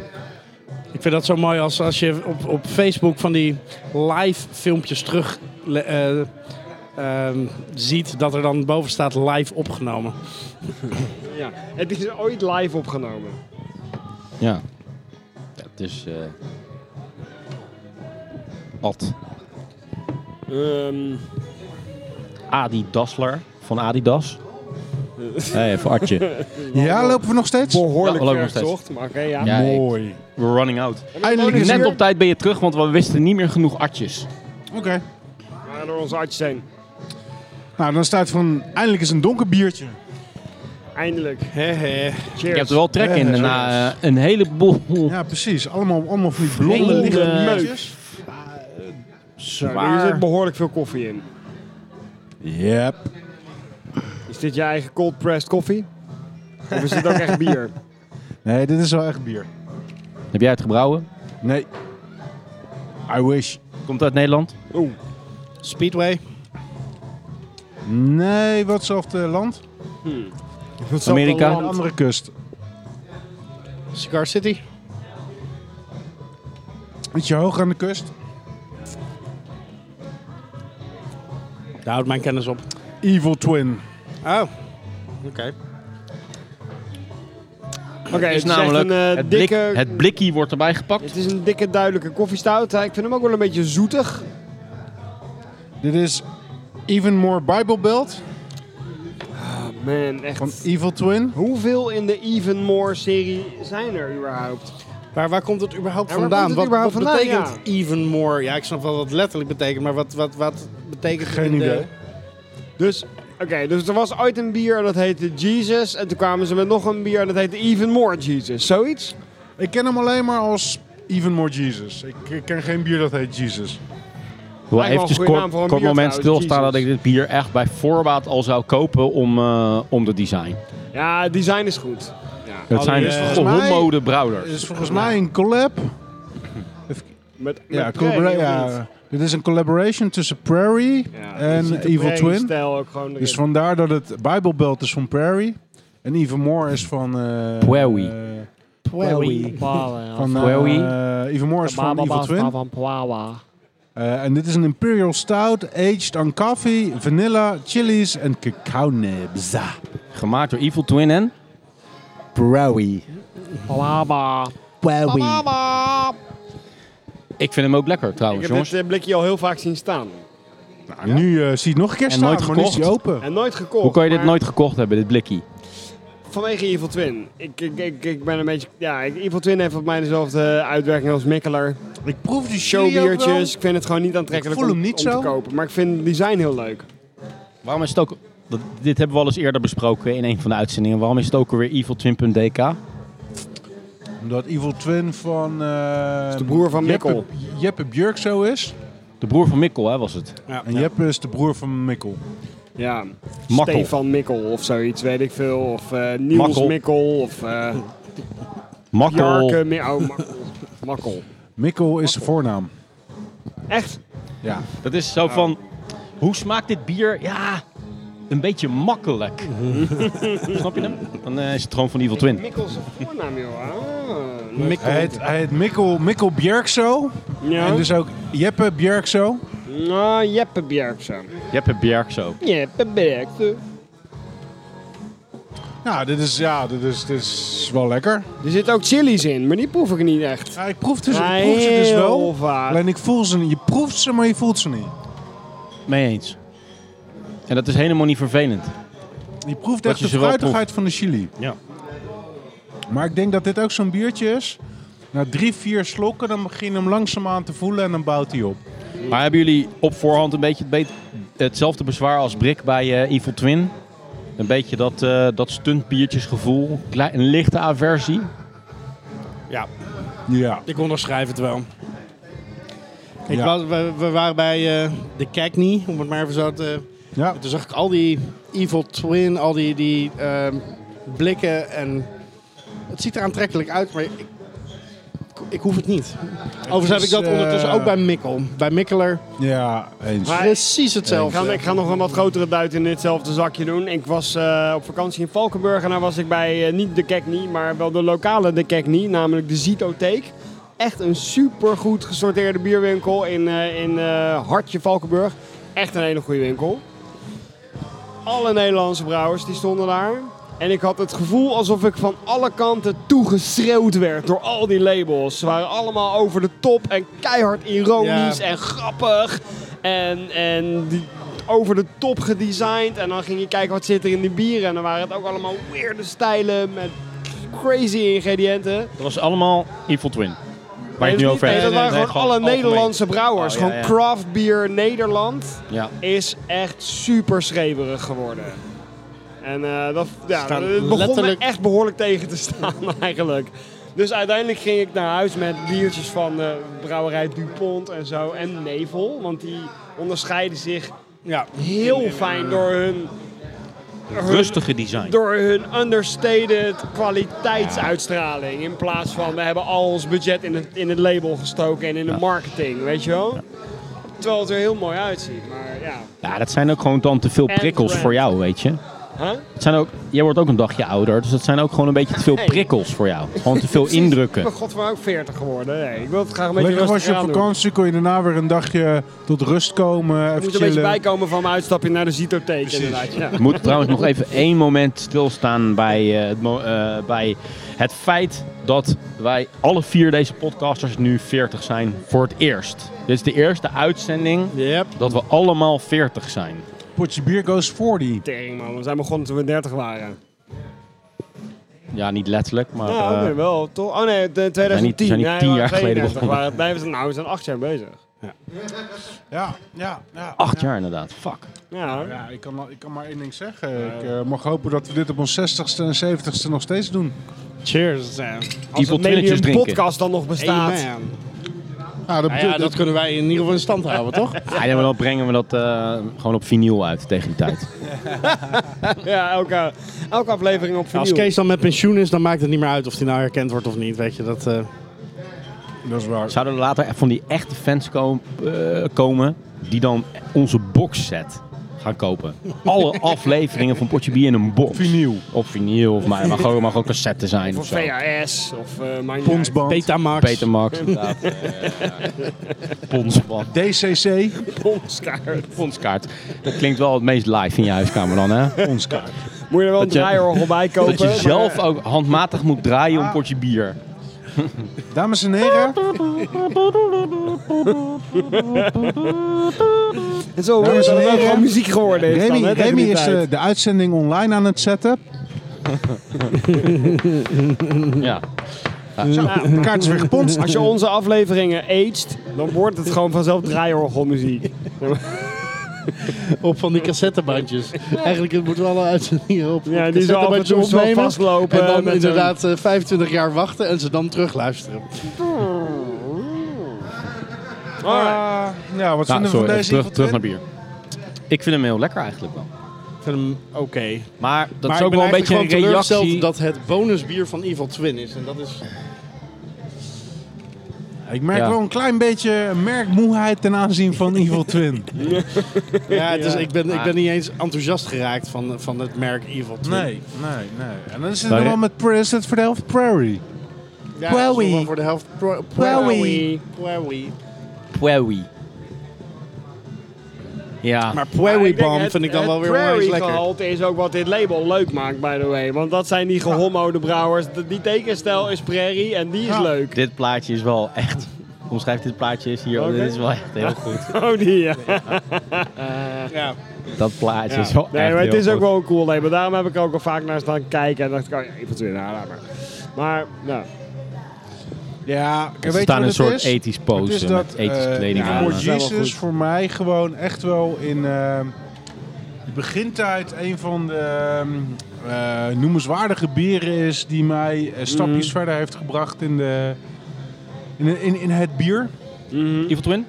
Ik vind dat zo mooi als, als je op, op Facebook van die live filmpjes terug le- eh, ehm, ziet dat er dan boven staat live opgenomen. Ja. Het is ooit live opgenomen. Ja. ja het is... eh Ad. Ehm, Adi Dassler van Adidas. Hey, even Artje. Ja, lopen we nog steeds? Ja, behoorlijk we lopen ver nog steeds. gezocht, maar oké, ja. Ja, ik- Mooi. we're running out. Eindelijk is Net het- op tijd ben je terug, want we wisten niet meer genoeg Artjes. Oké. We gaan door onze artjes heen. Nou, dan staat van eindelijk is een donker biertje. Eindelijk. Cheers. Ik heb er wel trek in Ja, na eh, een heleboel Ja, precies. Allemaal, allemaal van die blonde Vreemde lichte meuk. biertjes. Nou, hier zit zwaar... behoorlijk veel koffie in. Yep. Is dit je eigen cold pressed koffie? Of is dit ook echt bier? Nee, dit is wel echt bier. Heb jij het gebrouwen? Nee. I wish. Komt uit Nederland? Oeh. Speedway. Nee, wat zelfde land? Amerika? Aan de andere kust. Cigar City. Ietsje hoger aan de kust. Daar houdt mijn kennis op. Evil Twin. Oh, oké. Oké, Het het is namelijk een eh, het, blik, dikke... het blikkie wordt erbij gepakt. Het is een dikke, duidelijke koffiestout. Hij- Ik vind hem ook wel een beetje zoetig. Dit is Even More Bible Belt Man, echt. van Evil Twin. Hoeveel in de Even More serie zijn er überhaupt? Maar waar komt het überhaupt Ja, waar vandaan? komt het wat, überhaupt wat vandaan? betekent even more? Ja, ik snap wel wat het letterlijk betekent, maar wat, wat, wat betekent het Geen in de- idee. Dus, oké, dus er was ooit een bier dat heette Jesus. En toen kwamen ze met nog een bier dat heette Even More Jesus. Zoiets? Oh, Ik ken hem alleen maar als Even More Jesus. Ik, ik ken geen bier dat heet Jesus. Ik wil Lijkt me eventjes wel een goede kort, naam voor een kort bier moment trouwens, stilstaan dat ik Jesus. dit bier echt bij voorbaat al zou kopen om, eh, om de design. Ja, het design is goed. Ja. Het zijn eh, dus volgens mij- homo de brouwers. Het is volgens mij een collab. Met, met Ja, Prairie, collabora- of niet? ja. Dit is een collaboration tussen Prairie Ja, en je ziet de Evil Prairie Twin. stijl ook gewoon erin. Dus vandaar dat het Bible Belt is van Prairie. En Even More is van... eh, Prairie. eh, Van van, eh, Even More is van Evil Twin. Van Puawa. Eh, en dit is een Imperial Stout, aged on coffee, vanilla, chilies en cacao nibs. Gemaakt door Evil Twin en... Browie. Puawa. Ik vind hem ook lekker Ik trouwens, heb jongens. dit eh, blikje al heel vaak zien staan. Nou, nu eh, zie je het nog een keer En staan, nooit maar nu is die gekocht. open. En nooit gekocht. Hoe kan je dit maar- nooit gekocht hebben, dit blikkie? Vanwege Evil Twin. Ik, ik, ik, ik ben een beetje... Ja, ik- Evil Twin heeft op mij dezelfde uitwerking als Mikkeler. Ik proef die Showbiertjes. Ik vind het gewoon niet aantrekkelijk Ik voel om, hem niet om zo. te kopen. Maar ik vind het design heel leuk. Waarom is het ook... dat- Dit hebben we al eens eerder besproken in een van de uitzendingen. Waarom is het ook alweer eviltwin.dk? Omdat Evil Twin van... eh, de broer van Jeppe- Mikkel. Jeppe Björk zo is. De broer van Mikkel, hè, was het. Ja, En Jeppe is de broer van Mikkel. Ja, Makkel. Stefan Mikkel of zoiets, weet ik veel. Of eh Niels Makkel. Mikkel of eh Makkel. Jarke Mi- Oh, Makkel. Makkel. Mikkel is de voornaam. Echt? Ja. Dat is zo van... Hoe smaakt dit bier? Ja, een beetje makkelijk. Snap je hem? Dan eh, is het gewoon van Evil Twin. Mikkel is een voornaam, joh. Ah, leuk. Hij heet, hij heet Mikkel, Mikkel Björk zo. Ja. En dus ook Jeppe Björk zo. Nou, Jeppe Bjergsen. Jeppe Bjerg zo. Jeppe Bjergsen. Nou, dit is, ja, dit is, dit is wel lekker. Er zitten ook chilies in, maar die proef ik niet echt. Ja, ik proef, dus, ik Maar proef ze dus heel wel. vaak. Alleen ik voel ze niet. Je proeft ze, maar je voelt ze niet. Mee eens. En dat is helemaal niet vervelend. Je proeft Dat echt je de ze wel fruitigheid van de chili. Ja. Maar ik denk dat dit ook zo'n biertje is. Na drie, vier slokken, dan begin je hem langzaamaan te voelen en dan bouwt hij op. Maar hebben jullie op voorhand een beetje het bet- hetzelfde bezwaar als Brik bij eh, Evil Twin? Een beetje dat, eh dat stuntbiertjesgevoel. Klein, een lichte aversie. ja, Ja. ik onderschrijf het wel. Ik Ja. was, we, we waren bij eh, de Cagney, om het maar even zo te... ja. En Toen zag ik al die Evil Twin, al die, die ehm, blikken en... Het ziet er aantrekkelijk uit, maar ik, ik hoef het niet. Overigens heb is, ik dat eh, ondertussen ook bij Mikkel. Bij Mikkeler Ja, eens. Maar- precies Ik hetzelfde. ga, ik ga nog een wat grotere duit in ditzelfde zakje doen. Ik was eh, op vakantie in Valkenburg en daar was ik bij eh, niet de Kekni, maar wel de lokale de Kekni, namelijk de Zitotheek. Echt een supergoed gesorteerde bierwinkel in, eh, in eh, Hartje Valkenburg. Echt een hele goede winkel. Alle Nederlandse brouwers die stonden daar. En ik had het gevoel alsof ik van alle kanten toegeschreeuwd werd door al die labels. Ze waren allemaal over de top en keihard ironisch Ja. en grappig. En, en die over de top gedesigned. En dan ging je kijken wat zit er in die bieren. En dan waren het ook allemaal weirde stijlen met crazy ingrediënten. Dat was allemaal Evil Twin. Waar je het Nee, nu dat over niet- hebt. nee, dat waren gewoon alle algemeen. Nederlandse brouwers. Oh, ja, gewoon ja. craft beer Nederland Ja. is echt super schreeuwerig geworden. En eh, dat, ja, Staan het begon letterlijk- me echt behoorlijk tegen te staan eigenlijk. Dus uiteindelijk ging ik naar huis met biertjes van de brouwerij DuPont en zo. En Nevel, want die onderscheiden zich Ja. heel fijn door hun... hun Rustige design. door hun understated kwaliteitsuitstraling. In plaats van we hebben al ons budget in het, in het label gestoken en in de marketing, weet je wel? Terwijl het er heel mooi uitziet, maar ja. Ja, dat zijn ook gewoon dan te veel En prikkels red. voor jou, weet je. Huh? Het zijn ook, jij wordt ook een dagje ouder, dus dat zijn ook gewoon een beetje te veel Nee. prikkels voor jou. Gewoon te veel Ik indrukken. ben godverdomme ook 40 geworden. Nee, ik wil het graag een beetje Lekker als je rustig op aan doen. vakantie kon je daarna weer een dagje tot rust komen. Ik Even moet een beetje chillen. bijkomen van mijn uitstapje naar de Zitotheek inderdaad. Ja. We moeten trouwens nog even één moment stilstaan bij, eh, het, mo- eh, bij het feit dat wij alle vier deze podcasters nu 40 zijn voor het eerst. Dit is de eerste uitzending Yep. dat we allemaal 40 zijn. Potje bier goes 40. Tering man, we zijn begonnen toen we 30 waren. Ja, niet letterlijk, maar Nou, eh, nee, wel, toch? Oh nee, de niet- we 2010. zijn niet Nee, tien we jaar waren geleden 32 begonnen. waren het. Nee, we zijn, nou, we zijn acht jaar bezig. Ja, ja, ja. acht jaar inderdaad. Fuck. Ja, Ja, ik kan, ik kan maar één ding zeggen. Ik eh, mag hopen dat we dit op ons 60ste en 70ste nog steeds doen. Cheers. eh. als Evil het Twinetjes medium drinken. podcast dan nog bestaat. Ah, dat Nou ja, dat kunnen wij in ieder geval in stand houden, toch? Ja, nee, maar dan brengen we dat eh, gewoon op vinyl uit tegen die tijd. Ja, elke, elke aflevering op Als vernieuw. Kees dan met pensioen is, dan maakt het niet meer uit of hij nou herkend wordt of niet. Weet je, dat, eh, dat is waar. Zouden er later echt van die echte fans ko- eh, komen die dan onze boxset gaan kopen? Alle afleveringen van Potje Bier in een box. Vinyl. Of vinyl, of maar mag ook, mag ook cassette zijn Of of zo. VHS, of eh maakt niet uit. Ponsband. Betamax. Betamax, inderdaad. Ponsband. DCC. Ponskaart. Ponskaart. Dat klinkt wel het meest live in je huiskamer dan, hè? Ponskaart. Moet je er wel een Dat je- draaiorgel bij kopen. Dat je maar- zelf ook handmatig moet draaien om Potje Bier. Dames en heren. En zo Dames is en het ook heren. gewoon muziek geworden. Is Remy, dan, hè, tegen Remy die is tijd. eh, de uitzending online aan het zetten. Ja. eh, De kaart is weer geponst. Als je onze afleveringen aged, dan wordt het gewoon vanzelf draaiorgelmuziek. Op van die cassettebandjes. Eigenlijk het moet wel een uitzending op. Ja, op die zo af en cassettebandjes toe zo vastlopen En dan met inderdaad eh, 25 jaar wachten en ze dan terugluisteren. Ah, ja, wat Nou, vinden we van sorry, deze terug, Evil terug Twin? naar bier. Ik vind hem heel lekker eigenlijk wel. Ik vind hem oké. Maar dat Maar is ik ook ben wel een eigenlijk beetje gewoon een teleurgesteld reactie. dat het bonusbier van Evil Twin is. En dat is... Ik merk Ja. wel een klein beetje merkmoeheid ten aanzien van Evil Twin. Ja, het is, ik, ben, ik ben niet eens enthousiast geraakt van, van het merk Evil Twin. Nee, nee, nee. En dan is het Daar- nog wel met President for the Health Prairie. Ja, dat is nog Wowie. wel voor de helft. pro- Wowie. Wowie. Puewi. Ja. Maar Ja, Prairie denk Bomb het- vind ik dan wel weer onwijs Het lekker. prairie is ook wat dit label leuk maakt, by the way. Want dat zijn die gehommode brouwers. D- Die tekenstijl is prairie en die is Ja. leuk. Dit plaatje is wel echt. Omschrijf dit plaatje eens hier. Dit is wel echt heel goed. Oh, die ja. Ja. Dus Dat plaatje is wel Ja. Nee, echt maar het heel is ook goed. wel een cool label. Daarom heb ik ook al vaak naar staan kijken. En dacht ik, oh ja, even twee nou, laat maar. Maar, nou. Ja, ik Ze staan weet je in een wat het soort is? ethisch Het is pose dat met ethische eh, kleding ja, aan. Voor dat is wel Jesus, goed. voor mij gewoon echt wel in ehm de begintijd een van de ehm, eh, noemenswaardige bieren is die mij Mhm. eh, stapjes verder heeft gebracht in, de, in, in, in het bier. Evil Twin?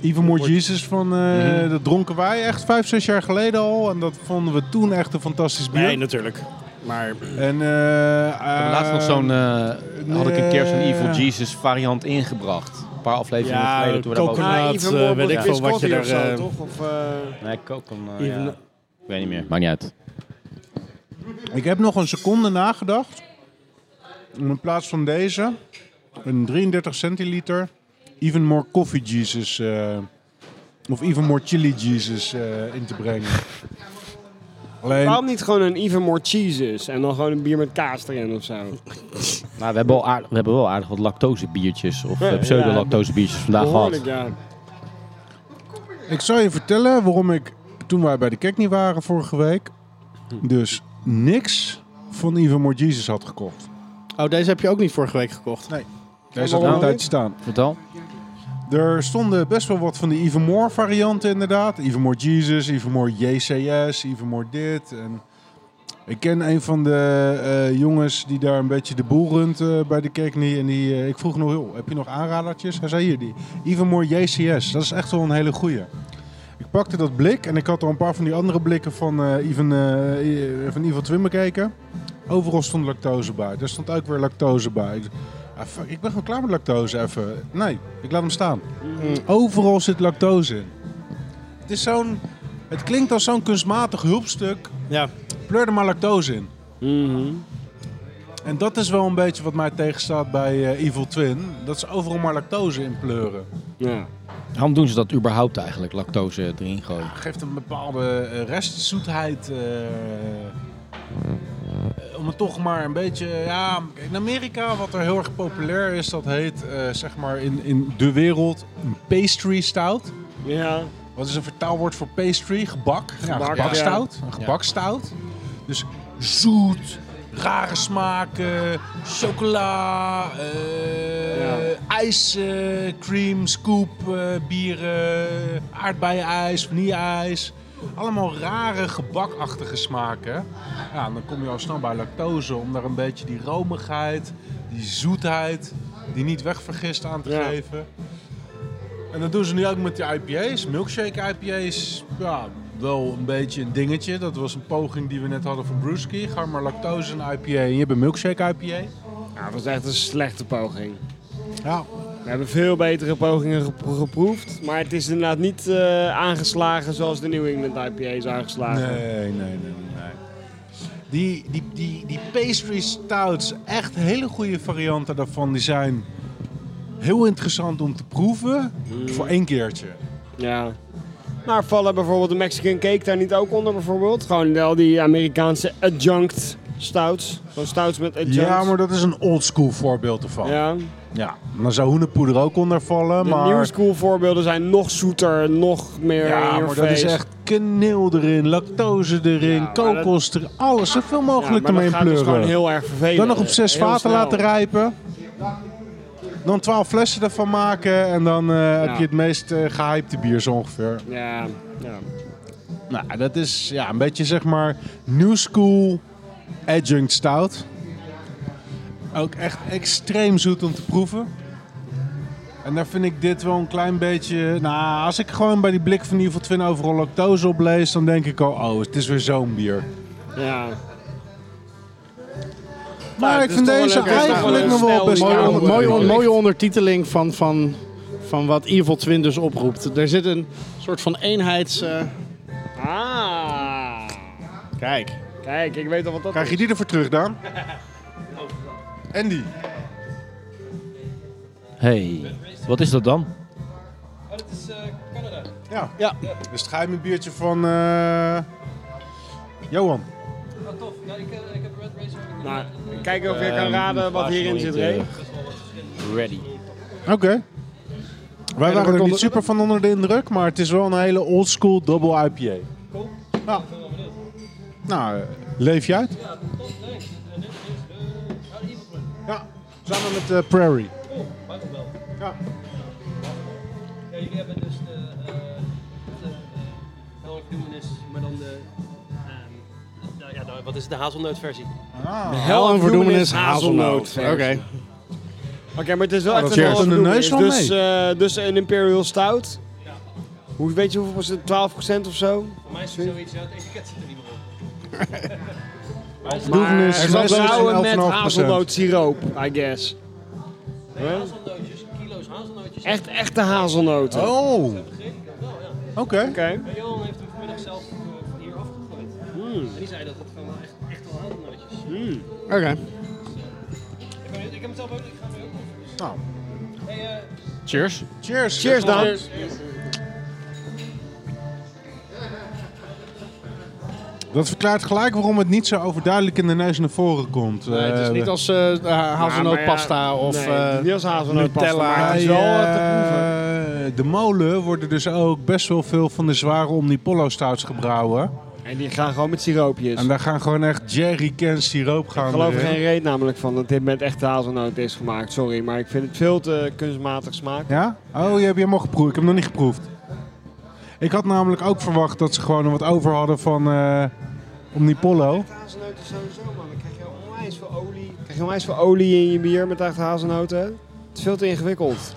Even More Jesus van eh, Mhm. dat dronken wij echt vijf, zes jaar geleden al. En dat vonden we toen echt een fantastisch bier. Nee, natuurlijk. Maar en, eh, laatst nog eh, zo'n. had ik een keer zo'n nee. Evil Jesus variant ingebracht. Een paar afleveringen Ja, geleden toen we daarover coconut. hadden. Inderdaad, even eh, Morbid weet ik veel wat je Visconti er, of zo, eh, toch? Of, eh, Nee, coconut. Even- ja. Ik weet niet meer. Maakt niet uit. Ik heb nog een seconde nagedacht. Om in plaats van deze, een 33 centiliter, Even More Coffee Jesus. eh, of Even More Chili Jesus eh, in te brengen. Alleen, Waarom niet gewoon een Even More Cheeses en dan gewoon een bier met kaas erin of zo? Maar we hebben wel aardig, we hebben wel aardig wat lactose biertjes. Of eh, pseudo-lactose biertjes vandaag gehad. Behoorlijk, ja. ik zal je vertellen waarom ik, toen wij bij de kek niet waren vorige week, dus niks van Even More Jesus had gekocht. Oh, deze heb je ook niet vorige week gekocht. Deze had waarom een niet? tijdje staan. Vertel. Er stonden best wel wat van de Even More varianten inderdaad. Even More Jesus, Even More JCS, Even More dit. En ik ken een van de eh, jongens die daar een beetje de boel runt eh, bij de Kekny. En die, eh, ik vroeg nog, joh, heb je nog aanradertjes? Hij zei hier, die Even More JCS, dat is echt wel een hele goeie. Ik pakte dat blik en ik had al een paar van die andere blikken van eh Even, eh, eh, van Evil Twin bekeken. Overal stond lactose bij. Er stond ook weer lactose bij. Ik Ah, fuck, ik ben gewoon klaar met lactose even. Nee, ik laat hem staan. Overal zit lactose in. Het is zo'n Het klinkt als zo'n kunstmatig hulpstuk. Ja. Pleur er maar lactose in. En dat is wel een beetje wat mij tegenstaat bij eh, Evil Twin. Dat ze overal maar lactose in pleuren. Ja. Waarom doen ze dat überhaupt eigenlijk, lactose erin gooien? Geeft een bepaalde eh, restzoetheid. eh, eh, om het toch maar een beetje... Ja, in Amerika, wat er heel erg populair is, dat heet eh, zeg maar in, in de wereld een pastry stout. Ja. Wat is een vertaalwoord voor pastry? Gebak. ja, Gebak, gebakstout. Een gebakstout. Dus zoet, rare smaken, chocola, eh, Ja. ijs, eh, cream, scoop, eh, bieren, aardbeienijs, vanille-ijs. Allemaal rare gebakachtige smaken. Ja, en dan kom je al snel bij lactose om daar een beetje die romigheid, die zoetheid, die niet wegvergist aan te Ja. geven. En dat doen ze nu ook met die IPA's. Milkshake IPA's, ja, wel een beetje een dingetje. Dat was een poging die we net hadden van Brewski. Ga maar lactose en IPA en je hebt een milkshake IPA. Ja, dat was echt een slechte poging. Ja. We hebben veel betere pogingen gep- geproefd, maar het is inderdaad niet eh, aangeslagen zoals de New England IPA is aangeslagen. Nee, nee, nee, nee. nee. Die, die, die, die pastry stouts, echt hele goede varianten daarvan, die zijn heel interessant om te proeven voor één keertje. Ja. Maar vallen bijvoorbeeld de Mexican cake daar niet ook onder bijvoorbeeld? Gewoon al die Amerikaanse adjunct stouts. Gewoon stouts met adjunct. Ja, maar dat is een oldschool voorbeeld ervan. Ja. Ja. Dan zou hoenenpoeder ook onder vallen, De maar... new school voorbeelden zijn nog zoeter, nog meer in Ja, your maar dat is face. echt kaneel erin, lactose erin, maar kokos erin, alles zoveel mogelijk maar ermee dat gaat dus pleuren. gewoon heel erg vervelend. Dan nog op zes Heel vaten snel. laten rijpen. Dan twaalf flessen ervan maken en dan eh, heb Ja. je het meest eh, gehypte bier zo ongeveer. Ja, ja. Nou, dat is ja, een beetje zeg maar new school adjunct stout. Ook echt extreem zoet om te proeven. En daar vind ik dit wel een klein beetje... Nou, als ik gewoon bij die blik van Evil Twin overal lactose op lees, dan denk ik al... Oh, het is weer zo'n bier. ja. Maar het ik is vind toch wel deze leuk, het is toch eigenlijk wel nog wel snel best snel Mooie, wel. on- mooie, on- Ja. mooie ondertiteling van, van, van wat Evil Twin dus oproept. Er zit een soort van eenheids... eh, Ah. Kijk. Kijk, ik weet al wat dat Krijg is. je die ervoor terug dan? Andy. hey, wat is dat dan? Ja. Ja. Dus het geheime biertje van eh, Johan. Nou, kijken of je eh, kan raden wat hierin zit, Ray. eh, Ready. Oké. Wij waren er niet super van onder de indruk, maar het is wel een hele oldschool double IPA. Cool. Nou, nou eh, leef je uit? Ja, samen met eh, Prairie. Ja. Ja, jullie hebben dus de, eh, de eh, Helrick Luminous, maar dan de, ehm, nou ja, nou, wat is het, de hazelnootversie? Hel en verdoemenis, verdoemenis, hazelnoot. hazelnoot. Oké. Oké, maar het is wel echt dat een zit halve er de verdoemenis. neus wel dus, eh, dus een Imperial Stout. Hoe, weet je hoeveel procent? 12 of zo? Voor mij is het zoiets, ja, het etiket zit er niet meer op. Verdoemenis er zat meestal brouwen zo'n Eh, met 11,5%. hazelnootsiroop, I guess. Nee, hazelnootjes, kilo's hazelnootjes. Echt echte hazelnoten. Oké. Oh, oké. Ja, Johan heeft hem vanmiddag zelf eh, hier afgegooid. En die zei dat het gewoon wel echt, echt wel hazelnootjes. Oké. Ik, ben- ik heb hem zelf ook, ik ga hem weer opproeven. Nou, Hey, eh, Cheers. cheers. Cheers dan. Dat verklaart gelijk waarom het niet zo overduidelijk in de neus naar voren komt. het is Eh, niet als eh hazelnootpasta Ja, maar ja, of... nee, eh, niet als hazelnootpasta, Nutella. Ah, maar het Bij, is wel eh, te proeven. eh, de molen worden dus ook best wel veel van de zware Omnipollo-stouts gebrouwen. En die gaan gewoon met siroopjes. En daar gaan gewoon echt Jerry Can siroop gaan Ik geloof er erin. geen reet namelijk van dat dit met echte hazelnoot is gemaakt. Sorry, maar ik vind het veel te kunstmatig smaak. Ja? Oh, je hebt hem al geproefd. Ik heb hem nog niet geproefd. Ik had namelijk ook verwacht dat ze gewoon wat over hadden van eh Omnipollo. Hazelnoten sowieso, man. Dan krijg je onwijs veel olie. Krijg je onwijs veel olie in je bier met echte hazelnoten. Het is veel te ingewikkeld.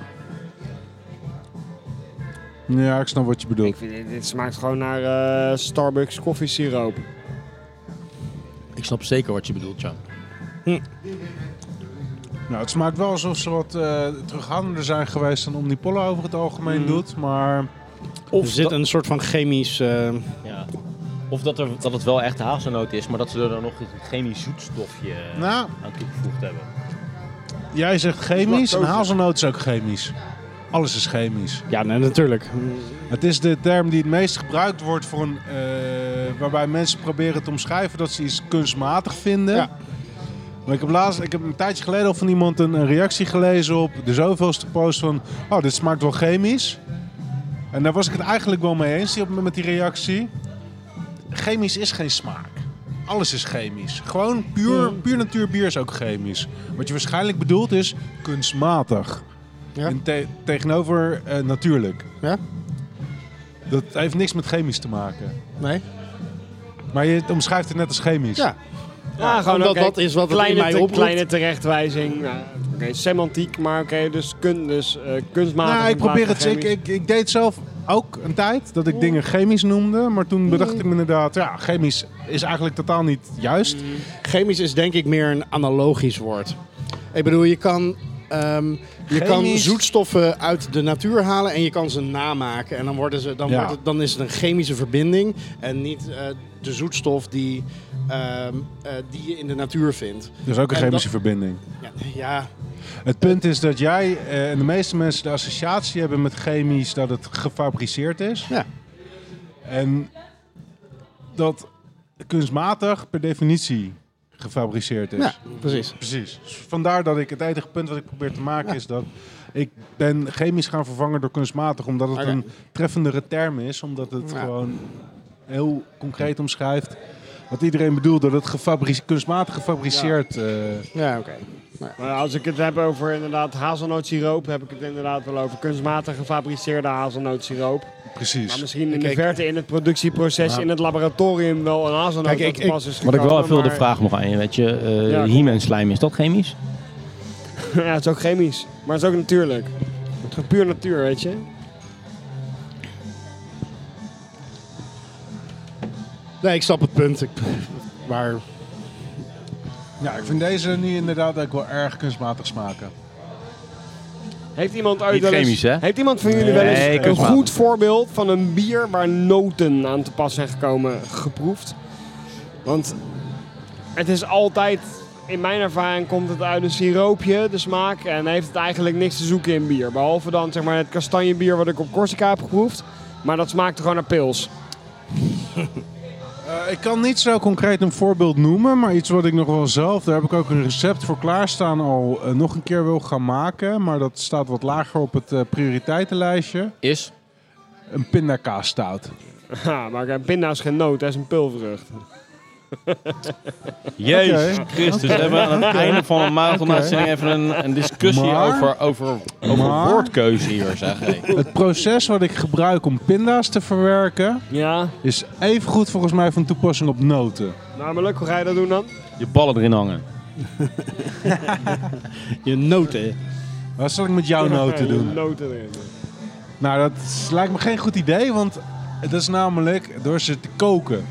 Ja, ik snap wat je Ik bedoelt. vind, dit- dit smaakt gewoon naar eh, Starbucks koffiesiroop. Ik snap zeker wat je bedoelt, Jan. Nou, het smaakt wel Mm. alsof ze wat eh terughoudender zijn geweest dan Omnipollo over het algemeen doet. Maar Of Er zit dat- een soort van chemisch... eh, Ja. Of dat, er, dat het wel echt hazelnoot is, maar dat ze er dan nog een chemisch zoetstofje eh, Nou, aan toegevoegd hebben. jij zegt chemisch en Lactose. hazelnoot is ook chemisch. Alles is chemisch. ja, nee, natuurlijk. Het is de term die het meest gebruikt wordt voor een, eh, waarbij mensen proberen te omschrijven dat ze iets kunstmatig vinden. Ja. Maar ik heb, laatst, ik heb een tijdje geleden al van iemand een, een reactie gelezen op de zoveelste post van... Oh, dit smaakt wel chemisch. En daar was ik het eigenlijk wel mee eens die- met die reactie. Chemisch is geen smaak. Alles is chemisch. Gewoon puur, puur natuurbier is ook chemisch. Wat je waarschijnlijk bedoelt is kunstmatig. Ja. En te- tegenover eh, natuurlijk. Ja? Dat heeft niks met chemisch te maken. Nee? Maar je omschrijft het net als chemisch. Ja. Ja, gewoon omdat oké, dat is wat het kleine, in mij te- oproept. kleine terechtwijzing. Nou, oké, semantiek, maar oké, dus, kun, dus eh, kunstmatig. Nou, ik en probeer het. Ik, chemisch. ik, ik deed zelf ook een tijd dat ik dingen chemisch noemde. Maar toen bedacht ik me inderdaad, ja, chemisch is eigenlijk totaal niet juist. Chemisch is denk ik meer een analogisch woord. Ik bedoel, je kan, ehm, je kan Chemisch. zoetstoffen uit de natuur halen en je kan ze namaken. En dan, worden ze, dan, Ja. wordt het, dan is het een chemische verbinding en niet eh, de zoetstof die, ehm, eh, die je in de natuur vindt. Dus ook een En chemische dat- verbinding. Ja, ja, Het punt is dat jij eh, en de meeste mensen de associatie hebben met chemisch dat het gefabriceerd is. Ja. En dat kunstmatig per definitie gefabriceerd is. ja, precies. Precies. Dus Vandaar dat ik het enige punt wat ik probeer te maken is dat ik ben chemisch gaan vervangen door kunstmatig, omdat het Oké. een treffendere term is, omdat het Ja. gewoon heel concreet omschrijft wat iedereen bedoelt dat het gefabrice- kunstmatig gefabriceerd. eh, Ja, oké. Maar Nou, als ik het heb over inderdaad hazelnootsiroop, heb ik het inderdaad wel over kunstmatig gefabriceerde hazelnootsiroop. Maar precies. misschien in de Kijk, verte in het productieproces in het laboratorium wel een hazelnoot Kijk, aan ik- te pas is Wat ik wel gekomen, even wilde maar- vragen nog aan je, weet je, eh Ja, klopt. He-Man slijm, is dat chemisch? ja, het is ook chemisch, maar het is ook natuurlijk. Het is puur natuur, weet je. Nee, ik snap het punt. Ik, maar Ja, ik vind deze nu inderdaad ook wel erg kunstmatig smaken. Heeft iemand uit Niet wel eens, chemisch, hè? Heeft iemand van jullie wel eens Nee, een kunstmatig. goed voorbeeld van een bier waar noten aan te pas zijn gekomen geproefd? Want het is altijd, in mijn ervaring, komt het uit een siroopje, de smaak, en heeft het eigenlijk niks te zoeken in bier. Behalve dan zeg maar het kastanjebier wat ik op Corsica heb geproefd, maar dat smaakte gewoon naar pils. Eh, ik kan niet zo concreet een voorbeeld noemen, maar iets wat ik nog wel zelf, daar heb ik ook een recept voor klaarstaan al eh, nog een keer wil gaan maken, maar dat staat wat lager op het eh, prioriteitenlijstje. Is? Een pindakaastout. Ha, maar een pinda is nou geen noot, dat is een pulvrucht. Jezus Christus, we hebben aan het einde van een marathonuitzending even een, een discussie Maar- over, over, over Maar- woordkeuze hier, zeg ik. Het proces wat ik gebruik om pinda's te verwerken Ja, is even goed volgens mij van toepassing op noten. namelijk, hoe ga je dat doen dan? Je ballen erin hangen. je noten. Wat zal ik met jouw noten doen? Noten erin. Nou, dat is- lijkt me geen goed idee, want dat is namelijk door ze te koken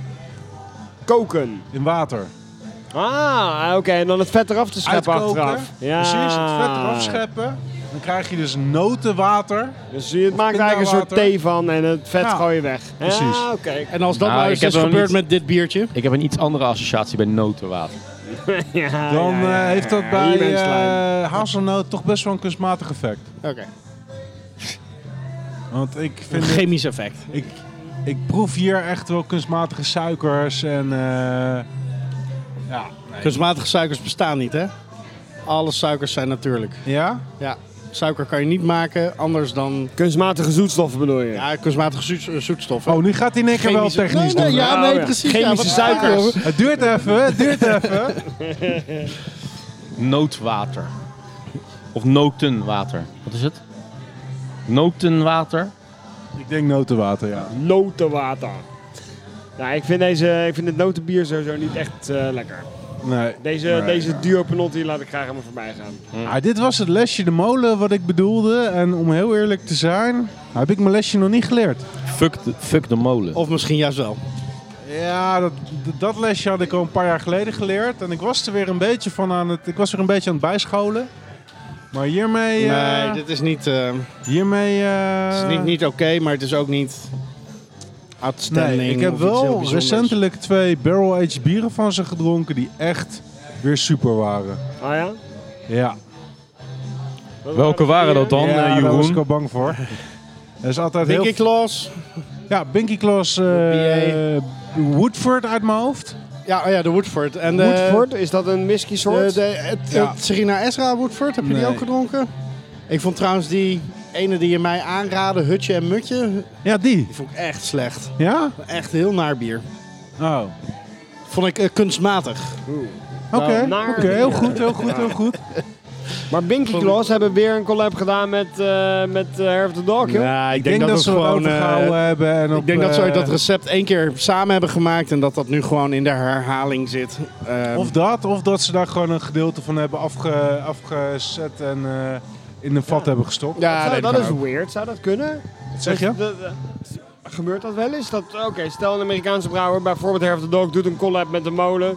Koken. in water. Ah, oké. En dan het vet eraf te scheppen Uitkoken, achteraf. Ja. precies, het vet eraf scheppen. Dan krijg je dus notenwater. Dus je het maakt er eigenlijk een soort pindavater. thee van en het vet Ja, gooi je weg. precies. Ja, oké. En als dat Nou, nou eens ik heb is wel gebeurd niet- met dit biertje. Ik heb een iets andere associatie bij notenwater. Ja, Dan Ah, ja, eh, ja, heeft dat ja, bij immens lijm. eh, hazelnoot toch best wel een kunstmatig effect. Oké. Want ik vind Een het- chemisch effect. Ik, ik proef hier echt wel kunstmatige suikers en... eh, ja, nee. Kunstmatige suikers bestaan niet, hè? Alle suikers zijn natuurlijk. Ja? Ja, suiker kan je niet maken anders dan Kunstmatige zoetstoffen bedoel je? ja, kunstmatige zoet- eh, zoetstoffen. Oh, nu gaat hij in één keer wel Chemische- technisch Nee, nee, doen. ja, Oh, nee, ja. precies. Chemische ja, wat- suikers. Het duurt even, het duurt even. Nootwater. Of notenwater. Wat is het? Notenwater? Ik denk notenwater, ja. Notenwater. Nou, ik vind, deze, ik vind het notenbier sowieso niet echt eh, lekker. Nee. Deze, Nee. deze duo penotti laat ik graag helemaal voorbij gaan. Ah, dit was het lesje de molen wat ik bedoelde. En om heel eerlijk te zijn, heb ik mijn lesje nog niet geleerd. Fuck de, fuck de molen. Of misschien juist wel. Ja, dat, dat- dat lesje had ik al een paar jaar geleden geleerd. En ik was er weer een beetje van aan het, ik was er een beetje aan het bijscholen. Maar hiermee... eh, Nee, dit is niet, eh, Hiermee... eh, het is niet, niet oké, maar het is ook niet outstanding. Nee, ik heb of iets heel wel bijzonders. recentelijk twee barrel-aged bieren van ze gedronken die echt weer super waren. Ah Oh ja? Ja, Wat Welke waren dat die, dan, ja eh, daar was Jeroen? ik al bang voor. Dat is altijd heel... Dinky Claus. Ja, Binky Claus, eh, Woodford uit mijn hoofd. Ja, oh ja, de Woodford. En de, eh? Woodford, is dat een whisky de, soort? de, het, Ja. het Serena Esra Woodford, heb je die Nee. ook gedronken? Ik vond trouwens die ene die je mij aanraadde, Hutje en Mutje, Ja, die. die vond ik echt slecht. Ja? Echt heel naar bier. Oh. Vond ik eh, kunstmatig. Oké, naar oké, heel bier. goed, heel goed, heel goed. maar Binky Claus hebben weer een collab gedaan met, eh met eh, Herf the Dog, joh. Nou, Ik denk, dat, het eh, ze gewoon overgehouden hebben. En Ik op, denk dat ze ooit dat eh, recept één keer samen hebben gemaakt en dat dat nu gewoon in de herhaling zit. Ehm, Of dat, of dat ze daar gewoon een gedeelte van hebben afge, afgezet en eh, in een vat hebben gestopt. ja, Zou- nee, dat kan is ook. weird, zou dat kunnen? Wat zeg je? Dat- dat- dat- gebeurt dat wel eens? Dat, Oké, stel een Amerikaanse brouwer, bijvoorbeeld Herf the Dog, doet een collab met de molen.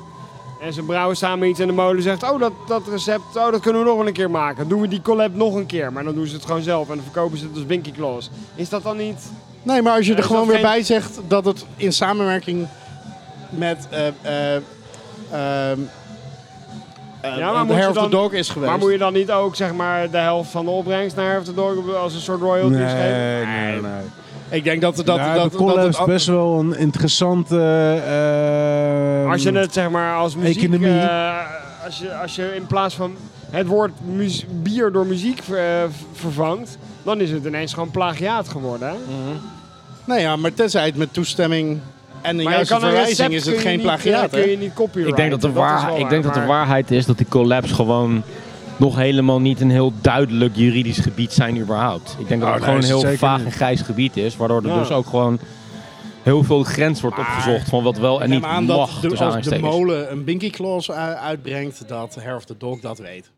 En ze brouwen samen iets en de molen zegt, oh dat, dat recept, oh dat kunnen we nog wel een keer maken. Dan doen we die collab nog een keer, maar dan doen ze het gewoon zelf en dan verkopen ze het als Binky Claus. Is dat dan niet... Nee, maar als je Ja, er is gewoon dat weer geen- bij zegt dat het in samenwerking met eh eh, ehm, eh, Ja, maar moet je de Hair of the dan- Dog is geweest. Maar moet je dan niet ook zeg maar de helft van de opbrengst naar Herf the Dog als een soort royalties Nee, geven? nee, nee. Ik denk dat dat, dat, Nou, de dat, collab is dat- best wel een interessante... eh, Als je het zeg maar als muziek... Economie. eh, als, je, als je in plaats van het woord muzie- bier door muziek ver- eh, vervangt, dan is het ineens gewoon plagiaat geworden. Hè? Nee, ja, maar tenzij het met toestemming en Maar de je juiste kan een verwijzing recept is kun het je geen niet, plagiaat. eh, kun hè? je niet copyright. Ik denk, dat de, waar, ik denk dat de waarheid is dat die collabs gewoon nog helemaal niet een heel duidelijk juridisch gebied zijn überhaupt. Ik denk dat Oh, het nee, gewoon is een heel het zeker vaag niet. en grijs gebied is, waardoor er Ja. dus ook gewoon heel veel grens wordt opgezocht van wat wel en niet Neem aan dat mag. de- tussen als de aanhalingstekens. molen een Binky Claus eh, uitbrengt, dat Hair of the Dog dat weet.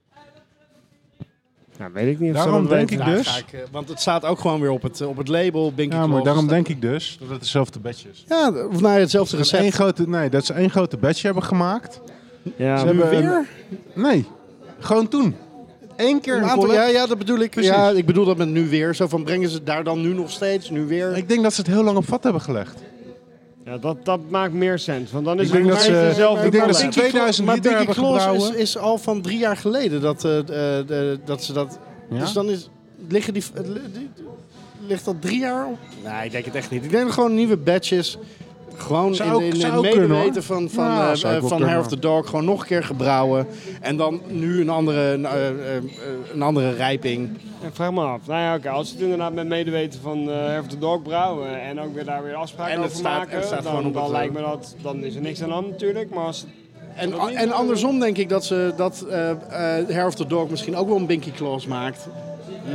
Nou, weet ik niet. Daarom denk ik Daar dus... ga ik, eh, want het staat ook gewoon weer op het, eh, op het label Binky Ja, maar Claus. daarom staat- denk ik dus dat het hetzelfde bedje is. Ja, of nou, ja, hetzelfde Dat ze één recept. grote, nee, dat ze één grote badge hebben gemaakt. Ja. Ze hebben een- weer? nee, gewoon toen. Eén keer Een een aantal, collab. ja, ja, dat bedoel ik. Precies. Ja, ik bedoel dat met nu weer. Zo van brengen ze het daar dan nu nog steeds, nu weer. Ik denk dat ze het heel lang op vat hebben gelegd. Ja, dat, dat maakt meer sens. Want dan is Ik denk het dat een beetje ze- dezelfde ik denk dat ze collab. Binky Claus- 2000 maar liter Binky hebben Claus is, gebrouwen. is al van drie jaar geleden dat, eh, eh, eh, dat ze dat... Ja? Dus dan is, liggen die, eh, li- die- ligt dat drie jaar op? Nee, ik denk het echt niet. Ik denk dat gewoon nieuwe batches... Gewoon Zou in, ook- in, in zou het ook kunnen, hoor. medeweten van, van, Ja, eh, zou ik eh, wel van kunnen. Hair of the Dog gewoon nog een keer gebrouwen. En dan nu een andere, een, eh, eh, eh, een andere rijping. Ik vraag me af. Nou ja, oké, als ze het inderdaad met medeweten van eh Herf de Dog brouwen en ook weer daar weer afspraken En het over staat- maken, en het staat dan, gewoon op dan het, eh, lijkt me dat, dan is er niks aan de hand natuurlijk. Maar als, En, Dat niet, en eh, andersom denk ik dat, ze, dat eh eh, Hair of the Dog misschien ook wel een Binky Claus maakt.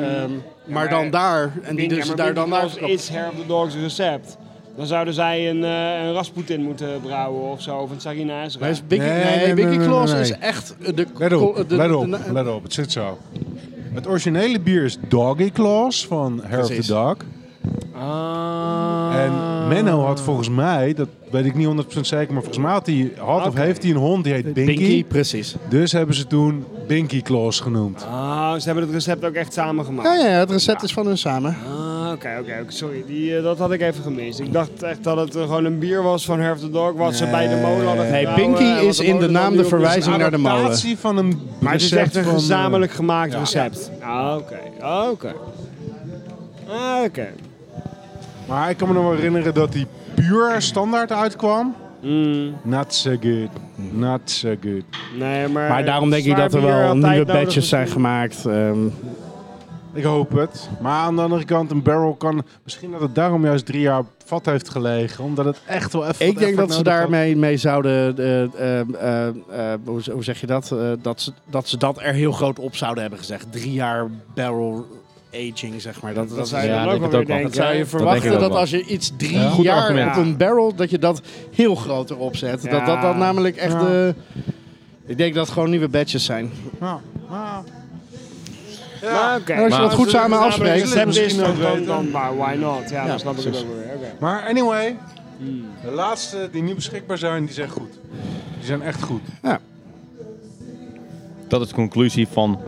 Ehm, maar, dan daar. En die Hmm. Binky- dus maar daar Binky dan Claus naar. is Herf de Dog's recept. Dan zouden zij een, eh een Rasputin moeten brouwen of zo, of een Sarina Ezra. Maar is Binky, Nee, nee, nee, nee, Binky nee, nee, Claus nee. is echt eh, de... Let op, de- de- let op, de- let op. Het zit zo. Het originele bier is Doggy Claws van Hair of the Precies. Dog. Ah. En Ah. Menno had volgens mij, dat weet ik niet 100% zeker, maar volgens mij had hij, had of heeft hij een hond die heet Binky. Binky, precies. Dus hebben ze toen Binky Claws genoemd. Ah, ze hebben het recept ook echt samen gemaakt. Ja, ja, het recept is van hun samen. Ah, oké, oké. oké. Sorry, die, eh, dat had ik even gemist. Ik dacht echt dat het eh, gewoon een bier was van Herf the Dog, wat ze bij de molen hadden Nee, gebrouwen, Binky eh, wat is in de molen dan naam nu de op- verwijzing Wijzing naar de molen. adaptatie van een Maar het is recept echt een van, eh, gezamenlijk gemaakt recept. Ah, oké. Ah, Oké. Ah, Oké. Maar ik kan me nog wel herinneren dat die puur standaard uitkwam. Mm, Not so good. Not so good. Nee, maar... Maar daarom denk ik zwaar dat er bier wel had nieuwe tijd nodig badges zijn misschien. gemaakt. ehm. Ik hoop het. Maar aan de andere kant, een barrel kan... Misschien dat het daarom juist drie jaar op vat heeft gelegen. Omdat het echt wel even... Ik denk dat ze daarmee. daarmee mee zouden. eh, eh, eh, eh, hoe, z- hoe zeg je dat? Eh, dat, ze, dat ze dat er heel groot op zouden hebben gezegd. Drie jaar barrel aging, zeg maar. Dat, Dat dat, dat, zou je Ja, dan denk ook het wel weer ook wel. denken. Dat zou je hè? verwachten ik ook dat wel. als je iets drie Ja, goed jaar argument. op een barrel, dat je dat heel groot erop zet. Ja. Dat, dat dat namelijk echt. Ja. eh, ik denk dat het gewoon nieuwe badges zijn. Maar oké. als je dat goed samen afspreekt, Het recept is, misschien dan, ook dan, weten. dan, maar why not? Ja, Ja, dan snap ik het precies. ook wel weer. Oké. Maar anyway, de laatste die nu beschikbaar zijn, die zijn goed. Die zijn echt goed. Dat is de conclusie van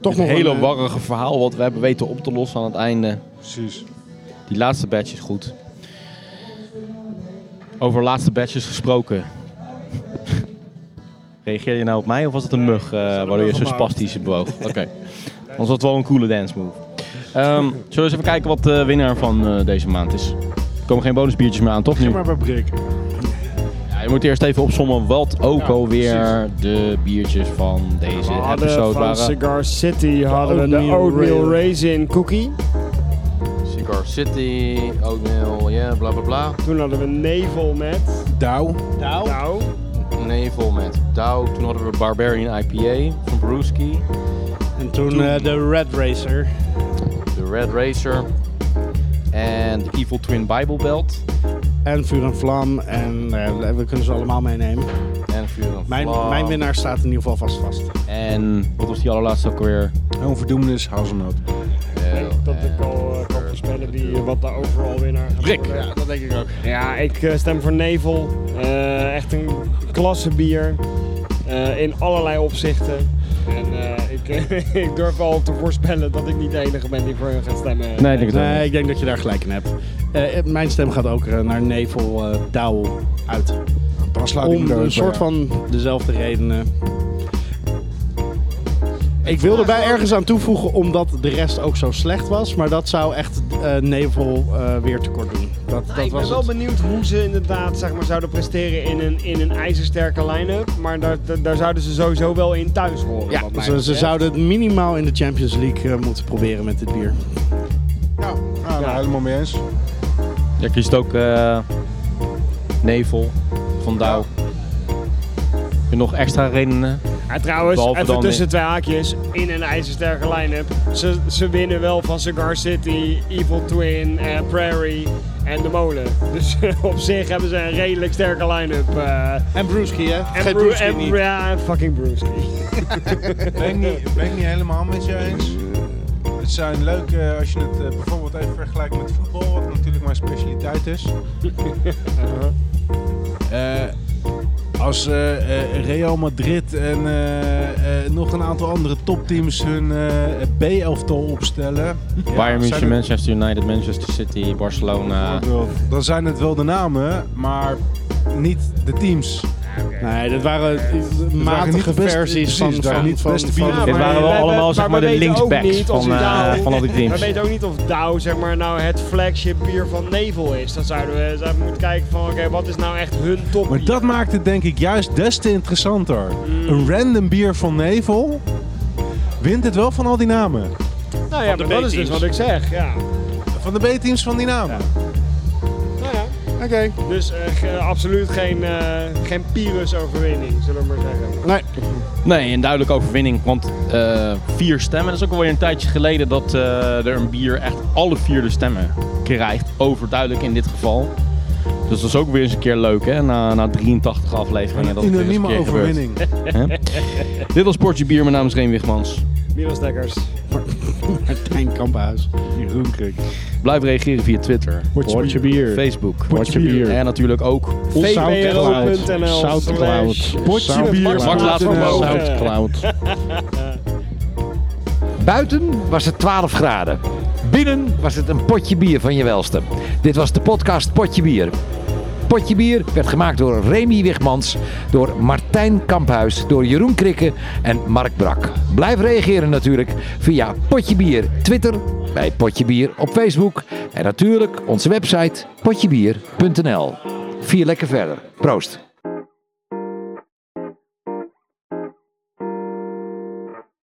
Toch Het nog hele een, eh, warrige verhaal wat we hebben weten op te lossen aan het einde. Precies. Die laatste batch is goed. Over laatste batches gesproken. Reageer je nou op mij of was het een mug eh, waardoor je zo spastisch bewoog? Oké. Anders was het wel een coole dance move. Ehm, zullen we eens even kijken wat de winnaar van eh, deze maand is? Er komen geen bonusbiertjes meer aan, toch? Nu? maar bij breken. Ja, je moet eerst even opzommen wat ook alweer de biertjes van deze We hadden episode van waren. Cigar City hadden we de Oatmeal oatmeal Rail. raisin cookie. Cigar City, Oatmeal, ja, bla bla bla. Toen hadden we nevel met Douw. nou, Nevel met Douw. Toen hadden we Barbarian IPA van Brewski. En toen eh, de Red Racer. De Red Racer. En de Evil Twin Bible Belt. En Vuur en Vlam. En eh, we kunnen ze allemaal meenemen. En Vuur en Mijn, Vlam. mijn winnaar staat in ieder geval vast vast. En wat was die allerlaatste ook alweer? Onverdoemenis, hazelnoot. dat ik al eh, kan voorspellen die, eh, wat de overal winnaar gaat Rick. worden. dat denk ik ook. Ja, ik eh, stem voor Nevel. Eh, echt een klasse bier. Eh, in allerlei opzichten. En eh, ik, ik durf wel te voorspellen dat ik niet de enige ben die voor hun gaat stemmen. Nee, ik denk het Nee, ook ik denk dat je daar gelijk in hebt. Eh, mijn stem gaat ook eh, naar Nevel eh Douw uit. Dan slaat die Om dood, een maar soort ja. van dezelfde redenen. Ik wilde bij ergens aan toevoegen omdat de rest ook zo slecht was. Maar dat zou echt eh, Nevel eh, weer tekort doen. Dat, dat ik ben was wel het. benieuwd hoe ze inderdaad zeg maar, zouden presteren in een, in een ijzersterke line-up. Maar daar, daar- daar zouden ze sowieso wel in thuis horen. wat Ja, mij ze, ze betreft. zouden het minimaal in de Champions League eh, moeten proberen met dit bier. Ja, ah, nou, Ja. helemaal mee eens. Jij kiest ook eh, Nevel van Douw. Heb je nog extra redenen? Ja, trouwens, Behalve even dan tussen in- twee haakjes. In een ijzersterke line-up. Ze, ze winnen wel van Cigar City, Evil Twin, eh, Prairie en De Molen. Dus op zich hebben ze een redelijk sterke line-up. eh. En Brewski, hè? en Bru- en Bru- ja, en fucking Bruce. Ben ik niet, ben ik niet helemaal met je eens. Het zijn leuk eh, als je het eh, bijvoorbeeld even vergelijkt met voetbal, wat natuurlijk mijn specialiteit is. Eh, als eh, eh, Real Madrid en eh, eh, nog een aantal andere topteams hun eh B-elftal opstellen. ja, Bayern München, zijn het- Manchester United, Manchester City, Barcelona. bijvoorbeeld, Dan zijn het wel de namen, maar niet de teams. Nee, dat waren eh, waren niet matige de beste- versies precies, van, dat van, waren niet de van- beste van- bieren. Dit maar waren wel we- we- allemaal zeg maar maar we de weten ook linksbacks niet of van, die eh, Douw- van al die We teams. weten ook niet of Douw zeg maar, nou het flagship bier van Nevel is. Dan zouden we, zouden we moeten kijken van oké, wat is nou echt hun top Maar dat maakt het denk ik juist des te interessanter. Mm. Een random bier van Nevel wint het wel van al die namen. nou ja, maar dat is dus wat ik zeg. Ja. Van de B-teams van die namen. Nou ja. Oké. Dus eh, ge- absoluut geen, eh geen Pyrrhus-overwinning, zullen we maar zeggen. Nee, Nee, een duidelijke overwinning. Want eh, vier stemmen. Dat is ook alweer een tijdje geleden dat eh, er een bier echt alle vier de stemmen krijgt. Overduidelijk in dit geval. Dus dat is ook weer eens een keer leuk, hè? Na, na 83 afleveringen. Dat het weer eens een Unanieme keer gebeurt. overwinning. Dit was Portje Bier. Mijn naam is Reen Wichmans. Miros Dekkers. Martijn Kamphuis. Blijf reageren via Twitter, Potje bier. Facebook. Potje bier. En natuurlijk ook vpro.nl Soundcloud. slash- Soundcloud. Max laat vermogen. Soundcloud. Buiten was het 12 graden. Binnen was het een potje bier van je welste. Dit was de podcast Potje Bier. Potje Bier werd gemaakt door Remy Wigmans, door Martijn Kamphuis, door Jeroen Krikke en Mark Brak. Blijf reageren natuurlijk via Potje Bier Twitter, bij Potje Bier op Facebook en natuurlijk onze website potjebier.nl. Vier lekker verder. Proost.